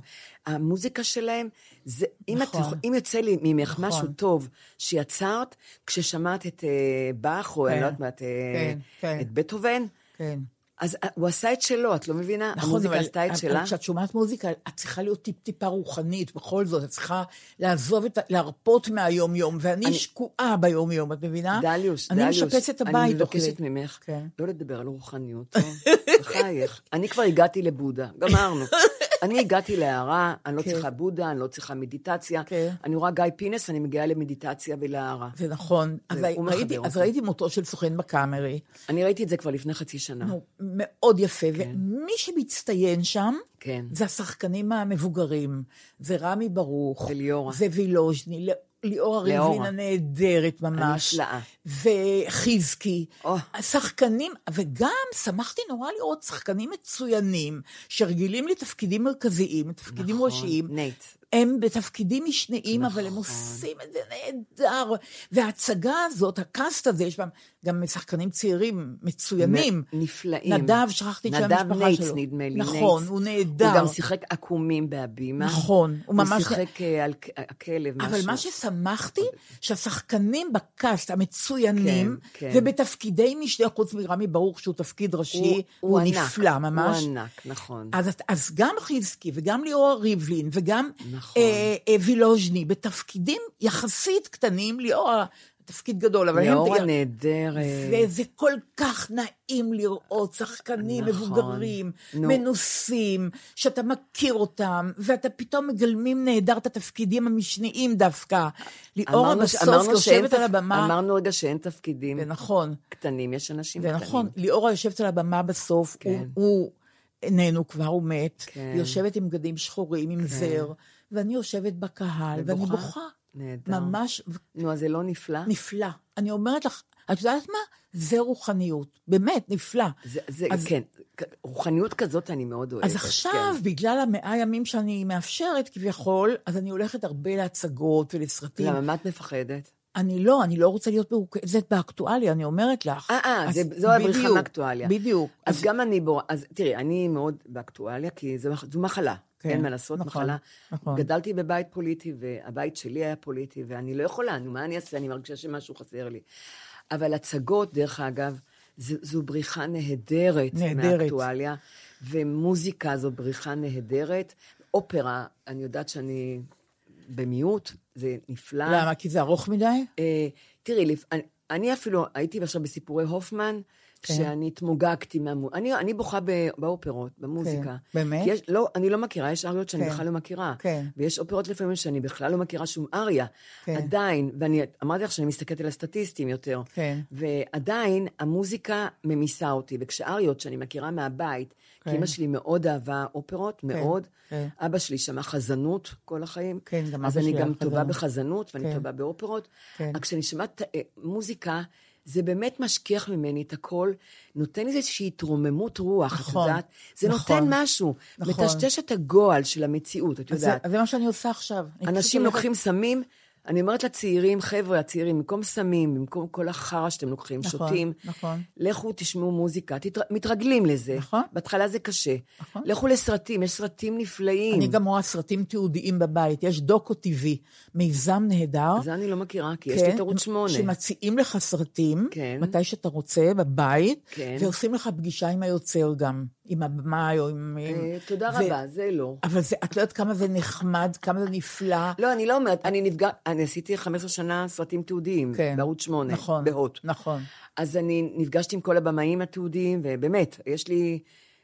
[SPEAKER 2] המוזיקה שלהם, זה... אם, את,
[SPEAKER 3] נכון.
[SPEAKER 2] יכול- אם יוצא לי ממך
[SPEAKER 3] נכון.
[SPEAKER 2] משהו טוב שיצרת, כששמעת את אה, באך, או אני
[SPEAKER 3] כן.
[SPEAKER 2] לא יודעת מה, את, אה,
[SPEAKER 3] כן, כן.
[SPEAKER 2] את בטהובן,
[SPEAKER 3] כן.
[SPEAKER 2] אז אה, הוא עשה את שלו, את לא מבינה? המוזיקה עשתה את
[SPEAKER 3] נכון, אבל
[SPEAKER 2] שלה.
[SPEAKER 3] אה, כשאת שומעת מוזיקה, את צריכה להיות טיפ-טיפה רוחנית, בכל זאת, את צריכה לעזוב את, ה- להרפות מהיום-יום, ואני
[SPEAKER 2] אני-
[SPEAKER 3] שקועה ביום-יום, את מבינה?
[SPEAKER 2] דליוש,
[SPEAKER 3] אני
[SPEAKER 2] דליוש,
[SPEAKER 3] משפצת את הבית.
[SPEAKER 2] אני
[SPEAKER 3] תוך כדי.
[SPEAKER 2] מבקשת ממך
[SPEAKER 3] כן.
[SPEAKER 2] לא לדבר על רוחניות, טוב? בחייך. אני כבר הגעתי לבודה, גמרנו. אני הגעתי להערה, אני לא
[SPEAKER 3] כן.
[SPEAKER 2] צריכה בודה, אני לא צריכה מדיטציה.
[SPEAKER 3] כן.
[SPEAKER 2] אני רואה גיא פינס, אני מגיעה למדיטציה ולהערה.
[SPEAKER 3] זה נכון. אז,
[SPEAKER 2] הוא
[SPEAKER 3] הי-
[SPEAKER 2] מחבר
[SPEAKER 3] ראיתי, אז
[SPEAKER 2] אותי.
[SPEAKER 3] ראיתי מותו של סוכן בקאמרי,
[SPEAKER 2] אני ראיתי את זה כבר לפני חצי שנה.
[SPEAKER 3] הוא מאוד יפה, ומי שמצטיין שם,
[SPEAKER 2] כן.
[SPEAKER 3] זה השחקנים המבוגרים. זה רמי ברוך.
[SPEAKER 2] וליאורה.
[SPEAKER 3] זה וילוז'ני, ל- ליאורה
[SPEAKER 2] ליאורה.
[SPEAKER 3] ריבלין הנהדרת ממש.
[SPEAKER 2] הנפלאה.
[SPEAKER 3] וחיזקי.
[SPEAKER 2] או.
[SPEAKER 3] השחקנים, וגם שמחתי נורא לראות שחקנים מצוינים, שרגילים לתפקידים מרכזיים, תפקידים
[SPEAKER 2] נכון,
[SPEAKER 3] ראשיים.
[SPEAKER 2] נייט.
[SPEAKER 3] הם בתפקידים משניים, אבל הם עושים את זה נהדר. וההצגה הזאת, הקאסט הזה, יש בהם גם שחקנים צעירים מצוינים.
[SPEAKER 2] מ- נפלאים.
[SPEAKER 3] נדב, שכחתי את שם המשפחה שלו.
[SPEAKER 2] נדב נייטס, נדמה לי.
[SPEAKER 3] נכון,
[SPEAKER 2] נייטס.
[SPEAKER 3] הוא נהדר.
[SPEAKER 2] הוא גם שיחק עקומים בהבימה.
[SPEAKER 3] נכון, הוא ממש-
[SPEAKER 2] הוא שיחק אה, על כ- הכלב, משהו.
[SPEAKER 3] אבל מה ששמחתי, שהשחקנים בקאסט המצוינים,
[SPEAKER 2] כן, כן.
[SPEAKER 3] ובתפקידי משנה, חוץ מרמי ברוך, שהוא תפקיד ראשי, הוא,
[SPEAKER 2] ענק,
[SPEAKER 3] נפלא ממש.
[SPEAKER 2] הוא ענק, נכון.
[SPEAKER 3] אז, את- אז גם חזקי וגם ליאורה ריבלין וגם
[SPEAKER 2] נכון.
[SPEAKER 3] אה, אה, וילוז'ני, בתפקידים יחסית קטנים, ליאורה, תפקיד גדול, אבל
[SPEAKER 2] ליאורה
[SPEAKER 3] הם...
[SPEAKER 2] נהדרת.
[SPEAKER 3] וזה כל כך נעים לראות שחקנים
[SPEAKER 2] נכון.
[SPEAKER 3] מבוגרים,
[SPEAKER 2] נו.
[SPEAKER 3] מנוסים, שאתה מכיר אותם, ואתה פתאום מגלמים נהדר את התפקידים המשניים דווקא. ליאורה
[SPEAKER 2] אמרנו ש-
[SPEAKER 3] בסוף
[SPEAKER 2] אמרנו שאין
[SPEAKER 3] יושבת
[SPEAKER 2] תפ-
[SPEAKER 3] על הבמה,
[SPEAKER 2] אמרנו רגע שאין תפקידים
[SPEAKER 3] זה נכון,
[SPEAKER 2] קטנים, יש אנשים
[SPEAKER 3] זה
[SPEAKER 2] קטנים.
[SPEAKER 3] נכון, ליאורה יושבת על הבמה בסוף,
[SPEAKER 2] כן.
[SPEAKER 3] הוא- הוא איננו כבר, הוא מת,
[SPEAKER 2] כן.
[SPEAKER 3] היא יושבת עם בגדים שחורים, עם זר, ואני יושבת בקהל, ואני
[SPEAKER 2] ובוכה?
[SPEAKER 3] בוכה.
[SPEAKER 2] נהדר.
[SPEAKER 3] ממש,
[SPEAKER 2] נו, אז זה לא נפלא?
[SPEAKER 3] נפלא. אני אומרת לך, את יודעת מה? זה רוחניות. באמת, נפלא.
[SPEAKER 2] זה- זה,
[SPEAKER 3] אז-
[SPEAKER 2] כן. כ- רוחניות כזאת אני מאוד אוהבת.
[SPEAKER 3] אז עכשיו,
[SPEAKER 2] כן.
[SPEAKER 3] בגלל המאה ימים שאני מאפשרת כביכול, אז אני הולכת הרבה להצגות ולסרטים.
[SPEAKER 2] למה, מה את מפחדת?
[SPEAKER 3] אני לא, אני לא רוצה להיות מרוכזת באקטואליה, אני אומרת לך.
[SPEAKER 2] אה, אה,
[SPEAKER 3] אז
[SPEAKER 2] זה- זו הבריחה
[SPEAKER 3] בדיוק,
[SPEAKER 2] מאקטואליה.
[SPEAKER 3] בדיוק.
[SPEAKER 2] אז גם אני, בו- אז תראי, אני מאוד באקטואליה, כי זה מח- זו מחלה.
[SPEAKER 3] כן,
[SPEAKER 2] אין מה לעשות,
[SPEAKER 3] נכון,
[SPEAKER 2] מחלה.
[SPEAKER 3] נכון.
[SPEAKER 2] גדלתי בבית פוליטי, והבית שלי היה פוליטי, ואני לא יכולה, נו, מה אני אעשה? אני מרגישה שמשהו חסר לי. אבל הצגות, דרך אגב, ז- זו בריחה נהדרת
[SPEAKER 3] נהדרת.
[SPEAKER 2] מהאקטואליה, ומוזיקה זו בריחה נהדרת. אופרה, אני יודעת שאני במיעוט, זה נפלא.
[SPEAKER 3] למה? כי זה ארוך מדי?
[SPEAKER 2] אה, תראי, לפ... אני, אני אפילו הייתי עכשיו בסיפורי הופמן, כן.
[SPEAKER 3] כן.
[SPEAKER 2] שאני התמוגגתי מהמו... אני, אני בוכה ב... באופרות, במוזיקה.
[SPEAKER 3] כן, באמת?
[SPEAKER 2] כי יש, לא, אני לא מכירה, יש אריות שאני
[SPEAKER 3] כן,
[SPEAKER 2] בכלל לא מכירה.
[SPEAKER 3] כן.
[SPEAKER 2] ויש אופרות לפעמים שאני בכלל לא מכירה שום אריה.
[SPEAKER 3] כן.
[SPEAKER 2] עדיין, ואני אמרתי לך שאני מסתכלת על הסטטיסטים יותר.
[SPEAKER 3] כן.
[SPEAKER 2] ועדיין המוזיקה ממיסה אותי, וכשאריות שאני מכירה מהבית,
[SPEAKER 3] כן.
[SPEAKER 2] כי אמא שלי מאוד אהבה אופרות, מאוד.
[SPEAKER 3] כן.
[SPEAKER 2] אבא שלי שמע חזנות כל החיים.
[SPEAKER 3] כן, גם
[SPEAKER 2] אז
[SPEAKER 3] אבא
[SPEAKER 2] אני
[SPEAKER 3] שלי
[SPEAKER 2] גם
[SPEAKER 3] אהב
[SPEAKER 2] טובה
[SPEAKER 3] חזנות.
[SPEAKER 2] בחזנות, ואני
[SPEAKER 3] כן.
[SPEAKER 2] טובה באופרות.
[SPEAKER 3] כן.
[SPEAKER 2] רק כשאני שומעת אה, מוזיקה, זה באמת משכיח ממני את הכל, נותן לי איזושהי התרוממות רוח,
[SPEAKER 3] נכון,
[SPEAKER 2] את יודעת? זה
[SPEAKER 3] נכון,
[SPEAKER 2] נותן משהו.
[SPEAKER 3] נכון.
[SPEAKER 2] מטשטש את הגועל של המציאות, את
[SPEAKER 3] אז זה,
[SPEAKER 2] יודעת.
[SPEAKER 3] אז זה מה שאני עושה עכשיו. אני פשוט
[SPEAKER 2] אנשים
[SPEAKER 3] הולכת-
[SPEAKER 2] לוקחים סמים, אני אומרת לצעירים, חבר'ה, הצעירים, במקום סמים, במקום כל החרא שאתם לוקחים,
[SPEAKER 3] נכון,
[SPEAKER 2] שותים,
[SPEAKER 3] נכון.
[SPEAKER 2] לכו תשמעו מוזיקה, תתר... מתרגלים לזה.
[SPEAKER 3] נכון.
[SPEAKER 2] בהתחלה זה קשה. נכון. לכו לסרטים, יש סרטים נפלאים.
[SPEAKER 3] אני גם רואה סרטים תיעודיים בבית, יש דוקו TV, מיזם נהדר.
[SPEAKER 2] זה אני לא מכירה, כי
[SPEAKER 3] כן,
[SPEAKER 2] יש לי את ערוץ שמונה.
[SPEAKER 3] שמציעים לך סרטים,
[SPEAKER 2] כן.
[SPEAKER 3] מתי שאתה רוצה, בבית,
[SPEAKER 2] כן.
[SPEAKER 3] ועושים לך פגישה עם היוצר גם, עם הבמאי או עם... עם-
[SPEAKER 2] אה, תודה
[SPEAKER 3] ו-
[SPEAKER 2] רבה, זה לא.
[SPEAKER 3] אבל זה, את לא יודעת כמה זה נחמד, כמה זה נפלא.
[SPEAKER 2] לא, אני לא אומרת, אני נפגע, אני עשיתי 15 שנה סרטים תיעודיים,
[SPEAKER 3] כן.
[SPEAKER 2] בערוץ 8,
[SPEAKER 3] נכון,
[SPEAKER 2] בהוט.
[SPEAKER 3] נכון.
[SPEAKER 2] אז אני נפגשתי עם כל הבמאים התיעודיים, ובאמת, יש לי,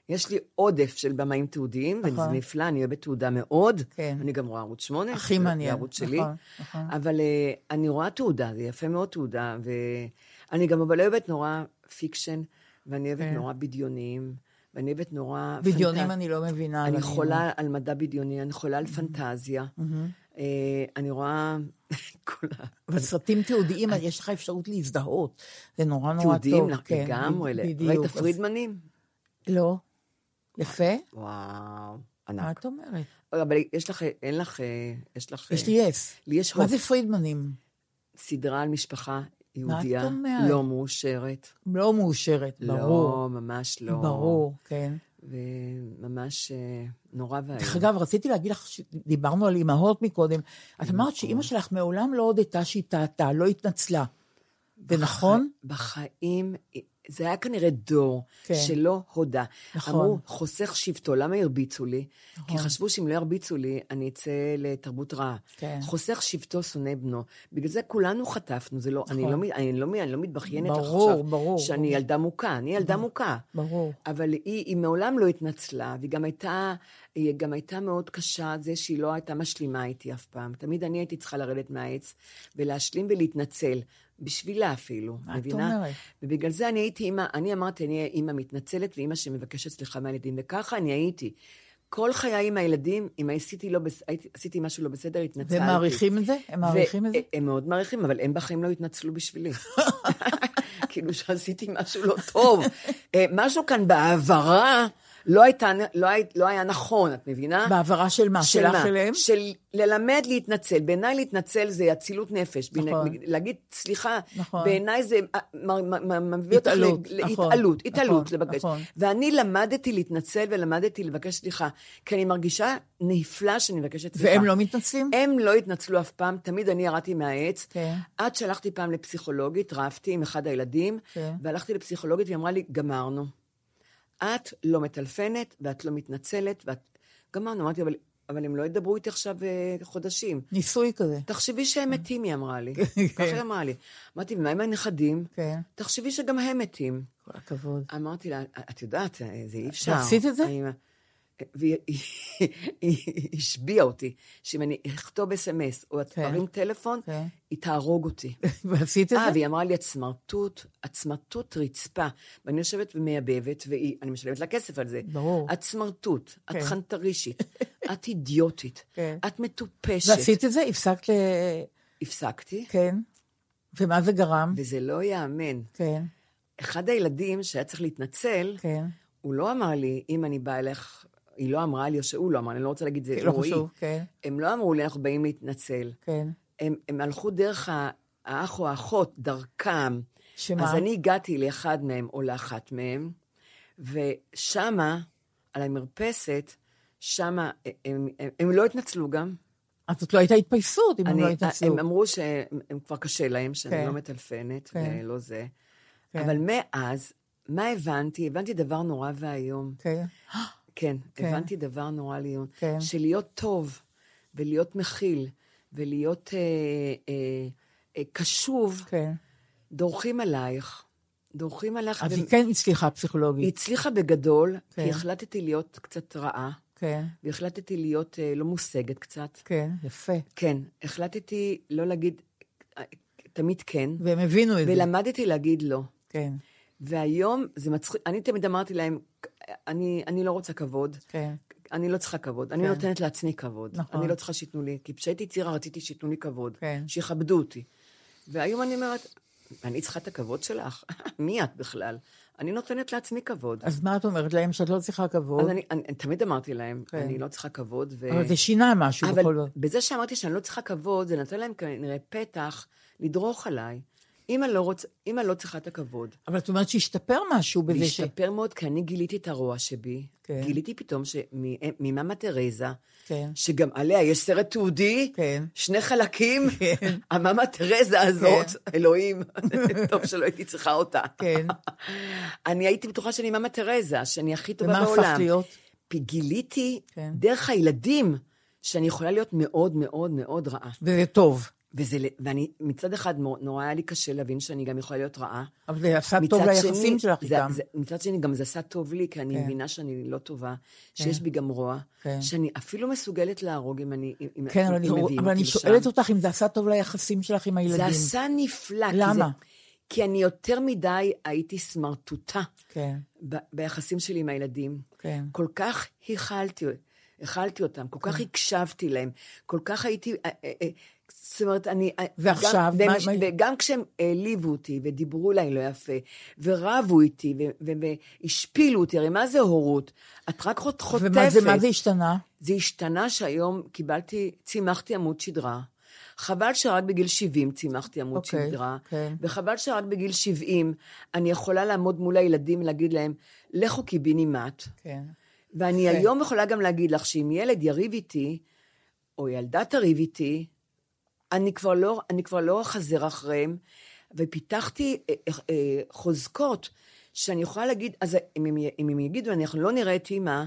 [SPEAKER 2] יש לי עודף של במאים תיעודיים,
[SPEAKER 3] נכון.
[SPEAKER 2] וזה נפלא, אני אוהבת תעודה מאוד.
[SPEAKER 3] כן.
[SPEAKER 2] אני גם רואה ערוץ 8.
[SPEAKER 3] הכי מעניין,
[SPEAKER 2] זה ערוץ שלי.
[SPEAKER 3] נכון, נכון.
[SPEAKER 2] אבל אה, אני רואה תעודה, זה יפה מאוד תעודה, ואני גם אבל לא אוהבת נורא פיקשן, ואני אוהבת
[SPEAKER 3] כן.
[SPEAKER 2] נורא בדיונים, ואני אוהבת נורא...
[SPEAKER 3] בדיונים
[SPEAKER 2] פנטז-
[SPEAKER 3] אני Mm-hmm. לא מבינה.
[SPEAKER 2] אני
[SPEAKER 3] אבל
[SPEAKER 2] חולה על מדע בדיוני, אני חולה על פנטזיה.
[SPEAKER 3] Mm-hmm.
[SPEAKER 2] אה, אני רואה כל ה...
[SPEAKER 3] אבל סרטים תיעודיים, יש לך אפשרות להזדהות. זה נורא נורא טוב.
[SPEAKER 2] תיעודים
[SPEAKER 3] כן,
[SPEAKER 2] לגמרי.
[SPEAKER 3] ב-
[SPEAKER 2] ל-
[SPEAKER 3] בדיוק.
[SPEAKER 2] ראית
[SPEAKER 3] אז-
[SPEAKER 2] פרידמנים?
[SPEAKER 3] לא. יפה?
[SPEAKER 2] אה, וואו,
[SPEAKER 3] מה
[SPEAKER 2] ענק.
[SPEAKER 3] את אומרת?
[SPEAKER 2] אבל יש לך, אין לך, אה, יש לך...
[SPEAKER 3] אה. יש
[SPEAKER 2] אה,
[SPEAKER 3] לי יס.
[SPEAKER 2] לי יש
[SPEAKER 3] מה
[SPEAKER 2] הופ.
[SPEAKER 3] זה פרידמנים?
[SPEAKER 2] סדרה על משפחה יהודייה
[SPEAKER 3] אומרת?
[SPEAKER 2] לא מאושרת.
[SPEAKER 3] לא מאושרת, ברור.
[SPEAKER 2] לא, ממש לא.
[SPEAKER 3] ברור, כן.
[SPEAKER 2] וממש אה, נורא
[SPEAKER 3] דרך
[SPEAKER 2] ואיום.
[SPEAKER 3] אגב, רציתי להגיד לך, ש- דיברנו על אימהות מקודם,
[SPEAKER 2] אה,
[SPEAKER 3] את
[SPEAKER 2] נכון.
[SPEAKER 3] אמרת שאימא שלך מעולם לא הודתה שהיא טעתה, לא התנצלה.
[SPEAKER 2] אה,
[SPEAKER 3] זה נכון?
[SPEAKER 2] בחיים, זה היה כנראה דור
[SPEAKER 3] כן.
[SPEAKER 2] כן. שלא הודה.
[SPEAKER 3] נכון.
[SPEAKER 2] אמרו, חוסך שבטו, למה הרביצו לי?
[SPEAKER 3] נכון.
[SPEAKER 2] כי חשבו שאם לא ירביצו לי, אני אצא לתרבות רעה.
[SPEAKER 3] כן.
[SPEAKER 2] חוסך שבטו שונא בנו. בגלל זה כולנו חטפנו, זה לא, אני,
[SPEAKER 3] נכון.
[SPEAKER 2] לא, מ- אני, לא, מ- אני לא מתבכיינת לך
[SPEAKER 3] ברור,
[SPEAKER 2] עכשיו,
[SPEAKER 3] ברור,
[SPEAKER 2] שאני
[SPEAKER 3] ברור. נכון.
[SPEAKER 2] ילדה מוכה, אני ילדה מוכה.
[SPEAKER 3] ברור.
[SPEAKER 2] אבל היא, היא מעולם לא התנצלה, והיא גם הייתה, היא גם הייתה מאוד קשה על זה שהיא לא הייתה משלימה איתי אף פעם. תמיד אני הייתי צריכה לרדת מהעץ ולהשלים ולהתנצל, בשבילה אפילו,
[SPEAKER 3] מה את
[SPEAKER 2] מבינה?
[SPEAKER 3] אומרת?
[SPEAKER 2] ובגלל זה אני הייתי אימא, אני אמרתי, אני אהיה אימא מתנצלת ואימא שמבקשת סליחה מהילדים, וככה אני הייתי. כל חיי עם הילדים, אם עשיתי, לא בס... הייתי- עשיתי משהו לא בסדר, התנצלתי.
[SPEAKER 3] והם מעריכים את זה? הם מעריכים את זה?
[SPEAKER 2] הם מאוד מעריכים, אבל הם בחיים לא התנצלו בשבילי. כאילו שעשיתי משהו לא טוב. אה, משהו כאן בהעברה לא, הייתה, לא, הי, לא היה נכון, את מבינה?
[SPEAKER 3] בהעברה של מה?
[SPEAKER 2] של
[SPEAKER 3] שלך
[SPEAKER 2] מה?
[SPEAKER 3] אליהם?
[SPEAKER 2] של ללמד להתנצל. בעיניי להתנצל זה אצילות נפש.
[SPEAKER 3] נכון.
[SPEAKER 2] בעיני- להגיד, סליחה,
[SPEAKER 3] נכון.
[SPEAKER 2] בעיניי זה אה, מ- מ- מ- מביא אותך
[SPEAKER 3] התעלות,
[SPEAKER 2] ל-
[SPEAKER 3] נכון,
[SPEAKER 2] להתעלות, התעלות
[SPEAKER 3] נכון,
[SPEAKER 2] לבקש.
[SPEAKER 3] נכון.
[SPEAKER 2] ואני למדתי להתנצל ולמדתי לבקש סליחה, כי אני מרגישה נפלא שאני מבקשת סליחה.
[SPEAKER 3] והם לא מתנצלים?
[SPEAKER 2] הם לא התנצלו אף פעם, תמיד אני ירדתי מהעץ.
[SPEAKER 3] כן.
[SPEAKER 2] עד שהלכתי פעם לפסיכולוגית, רבתי עם אחד הילדים,
[SPEAKER 3] כן.
[SPEAKER 2] והלכתי לפסיכולוגית והיא אמרה לי, גמרנו. את לא מטלפנת, ואת לא מתנצלת, ואת... גמרנו. אמרתי, אבל, אבל הם לא ידברו איתי עכשיו אה, חודשים.
[SPEAKER 3] ניסוי כזה.
[SPEAKER 2] תחשבי שהם
[SPEAKER 3] כן.
[SPEAKER 2] מתים, היא אמרה לי. ככה היא אמרה לי. אמרתי, ומה עם הנכדים?
[SPEAKER 3] כן.
[SPEAKER 2] תחשבי שגם הם מתים.
[SPEAKER 3] כל הכבוד.
[SPEAKER 2] אמרתי לה, את יודעת, אה, זה אי אפשר.
[SPEAKER 3] עשית את זה?
[SPEAKER 2] האמא- והיא היא- היא השביעה אותי, שאם אני אכתוב אס.אם.אס או
[SPEAKER 3] כן.
[SPEAKER 2] ארים טלפון,
[SPEAKER 3] כן.
[SPEAKER 2] היא תהרוג אותי.
[SPEAKER 3] ועשית את
[SPEAKER 2] אה,
[SPEAKER 3] זה?
[SPEAKER 2] והיא אמרה לי, את סמרטוט, את סמרטוט רצפה. ואני יושבת ומייבבת, ואני משלמת לה כסף על זה.
[SPEAKER 3] ברור.
[SPEAKER 2] את סמרטוט, את
[SPEAKER 3] כן.
[SPEAKER 2] חנטרישית, את אידיוטית,
[SPEAKER 3] כן.
[SPEAKER 2] את מטופשת.
[SPEAKER 3] ועשית את זה? הפסקת ל...
[SPEAKER 2] הפסקתי,
[SPEAKER 3] כן. ומה זה גרם?
[SPEAKER 2] וזה לא ייאמן.
[SPEAKER 3] כן,
[SPEAKER 2] אחד הילדים שהיה צריך להתנצל,
[SPEAKER 3] כן.
[SPEAKER 2] הוא לא אמר לי, אם אני באה אלייך, היא לא אמרה לי, או שהוא לא אמר, אני לא רוצה להגיד זה,
[SPEAKER 3] לא
[SPEAKER 2] הוא, היא.
[SPEAKER 3] חשוב, כן,
[SPEAKER 2] הם לא אמרו לי, אנחנו באים להתנצל.
[SPEAKER 3] כן.
[SPEAKER 2] הם, הם הלכו דרך ה- האח או האחות, דרכם.
[SPEAKER 3] שמה?
[SPEAKER 2] אז אני הגעתי לאחד מהם או לאחת מהם, ושמה, על המרפסת, שמה, הם, הם, הם לא התנצלו גם.
[SPEAKER 3] אז זאת לא הייתה התפייסות אם הם
[SPEAKER 2] אני, אה,
[SPEAKER 3] לא התנצלו.
[SPEAKER 2] הם אמרו שהם הם כבר קשה להם, שאני
[SPEAKER 3] כן.
[SPEAKER 2] לא מטלפנת,
[SPEAKER 3] כן.
[SPEAKER 2] ולא זה.
[SPEAKER 3] כן.
[SPEAKER 2] אבל מאז, מה הבנתי? הבנתי דבר נורא ואיום.
[SPEAKER 3] כן.
[SPEAKER 2] כן,
[SPEAKER 3] כן.
[SPEAKER 2] כן. הבנתי דבר נורא ליון.
[SPEAKER 3] כן.
[SPEAKER 2] כן. שלהיות טוב, ולהיות מכיל, ולהיות אה, אה, אה, קשוב, כן.
[SPEAKER 3] כן.
[SPEAKER 2] דורכים עלייך. דורכים עלייך.
[SPEAKER 3] אז
[SPEAKER 2] ו-
[SPEAKER 3] היא כן הצליחה
[SPEAKER 2] היא
[SPEAKER 3] פסיכולוגית.
[SPEAKER 2] הצליחה בגדול, כן.
[SPEAKER 3] כן.
[SPEAKER 2] כי החלטתי להיות קצת רעה,
[SPEAKER 3] כן,
[SPEAKER 2] והחלטתי להיות אה, לא מושגת קצת.
[SPEAKER 3] כן, יפה.
[SPEAKER 2] כן, החלטתי לא להגיד אה, תמיד כן,
[SPEAKER 3] והם הבינו את זה.
[SPEAKER 2] ולמדתי להגיד לא.
[SPEAKER 3] כן,
[SPEAKER 2] והיום זה מצחיק, אני תמיד אמרתי להם, אני, אני לא רוצה כבוד.
[SPEAKER 3] כן.
[SPEAKER 2] אני לא צריכה כבוד, אני
[SPEAKER 3] כן.
[SPEAKER 2] נותנת לעצמי כבוד.
[SPEAKER 3] נכון.
[SPEAKER 2] אני לא צריכה שייתנו לי, כי כשהייתי צעירה רציתי שייתנו לי כבוד,
[SPEAKER 3] כן.
[SPEAKER 2] שיכבדו אותי. והיום אני אומרת, אני צריכה את הכבוד שלך? מי את בכלל? אני נותנת לעצמי כבוד.
[SPEAKER 3] אז מה את אומרת להם? שאת לא צריכה כבוד?
[SPEAKER 2] אז אני, אני, אני תמיד אמרתי להם,
[SPEAKER 3] כן.
[SPEAKER 2] אני לא צריכה כבוד. ו...
[SPEAKER 3] אבל זה שינה משהו
[SPEAKER 2] אבל
[SPEAKER 3] בכל זאת.
[SPEAKER 2] בזה שאמרתי שאני לא צריכה כבוד, זה נתן להם כנראה פתח לדרוך עליי. אימא לא, רוצ... אימא לא צריכה את הכבוד.
[SPEAKER 3] אבל את אומרת שהשתפר משהו בזה ש...
[SPEAKER 2] להשתפר מאוד, כי אני גיליתי את הרוע שבי.
[SPEAKER 3] כן.
[SPEAKER 2] גיליתי פתאום שמ- ממאמא תרזה,
[SPEAKER 3] כן.
[SPEAKER 2] שגם עליה יש סרט תיעודי,
[SPEAKER 3] כן.
[SPEAKER 2] שני חלקים, המאמא תרזה הזאת,
[SPEAKER 3] כן.
[SPEAKER 2] אלוהים, טוב שלא הייתי צריכה אותה.
[SPEAKER 3] כן.
[SPEAKER 2] אני הייתי בטוחה שאני מאמא תרזה, שאני הכי טובה
[SPEAKER 3] ומה
[SPEAKER 2] בעולם.
[SPEAKER 3] הפכת להיות?
[SPEAKER 2] פ- גיליתי,
[SPEAKER 3] כן.
[SPEAKER 2] דרך הילדים, שאני יכולה להיות מאוד מאוד מאוד רעה.
[SPEAKER 3] וזה טוב.
[SPEAKER 2] וזה, ל- ואני, מצד אחד, מו- נורא היה לי קשה להבין שאני גם יכולה להיות רעה.
[SPEAKER 3] אבל זה עשה
[SPEAKER 2] מצד
[SPEAKER 3] טוב
[SPEAKER 2] שני,
[SPEAKER 3] ליחסים שלך
[SPEAKER 2] זה-
[SPEAKER 3] איתם.
[SPEAKER 2] זה- מצד שני, גם זה עשה טוב לי, כי אני
[SPEAKER 3] כן.
[SPEAKER 2] מבינה שאני לא טובה, שיש בי גם רוע,
[SPEAKER 3] כן.
[SPEAKER 2] שאני אפילו מסוגלת להרוג אם אני... אם- אם-
[SPEAKER 3] כן,
[SPEAKER 2] אם
[SPEAKER 3] אבל אני, רוא-
[SPEAKER 2] מביאים
[SPEAKER 3] אבל
[SPEAKER 2] אותי
[SPEAKER 3] אני
[SPEAKER 2] לשם.
[SPEAKER 3] שואלת אותך אם זה עשה טוב ליחסים שלך עם הילדים.
[SPEAKER 2] זה עשה נפלא. כי
[SPEAKER 3] למה?
[SPEAKER 2] זה- כי אני יותר מדי הייתי סמרטוטה
[SPEAKER 3] כן,
[SPEAKER 2] ב- ביחסים שלי עם הילדים.
[SPEAKER 3] כן.
[SPEAKER 2] כל כך הכלתי, הכלתי אותם, כל כך הקשבתי להם, כל כך הייתי... אה, אה, אה, זאת אומרת, אני... אה,
[SPEAKER 3] ועכשיו,
[SPEAKER 2] גם,
[SPEAKER 3] מה-
[SPEAKER 2] והם-
[SPEAKER 3] מה-
[SPEAKER 2] וגם כשהם העליבו אותי, ודיברו אליי לא יפה, ורבו איתי, ו- ו- והשפילו אותי, הרי מה זה הורות? את רק חות- חוטפת.
[SPEAKER 3] ומה זה, מה זה השתנה?
[SPEAKER 2] זה השתנה שהיום קיבלתי, צימחתי עמוד שדרה. חבל שרק בגיל 70 צימחתי עמוד okay,
[SPEAKER 3] אוקיי,
[SPEAKER 2] שדרה,
[SPEAKER 3] כן.
[SPEAKER 2] וחבל שרק בגיל 70 אני יכולה לעמוד מול הילדים ולהגיד להם, לכו קיבינימט.
[SPEAKER 3] כן.
[SPEAKER 2] ואני
[SPEAKER 3] יפה.
[SPEAKER 2] היום יכולה גם להגיד לך שאם ילד יריב איתי, או ילדה תריב איתי, אני כבר לא, אני כבר לא אחזר אחריהם, ופיתחתי אה, אה, אה, חוזקות שאני יכולה להגיד, אז אם הם, י- אם הם יגידו, אנחנו לא נראה את אימא,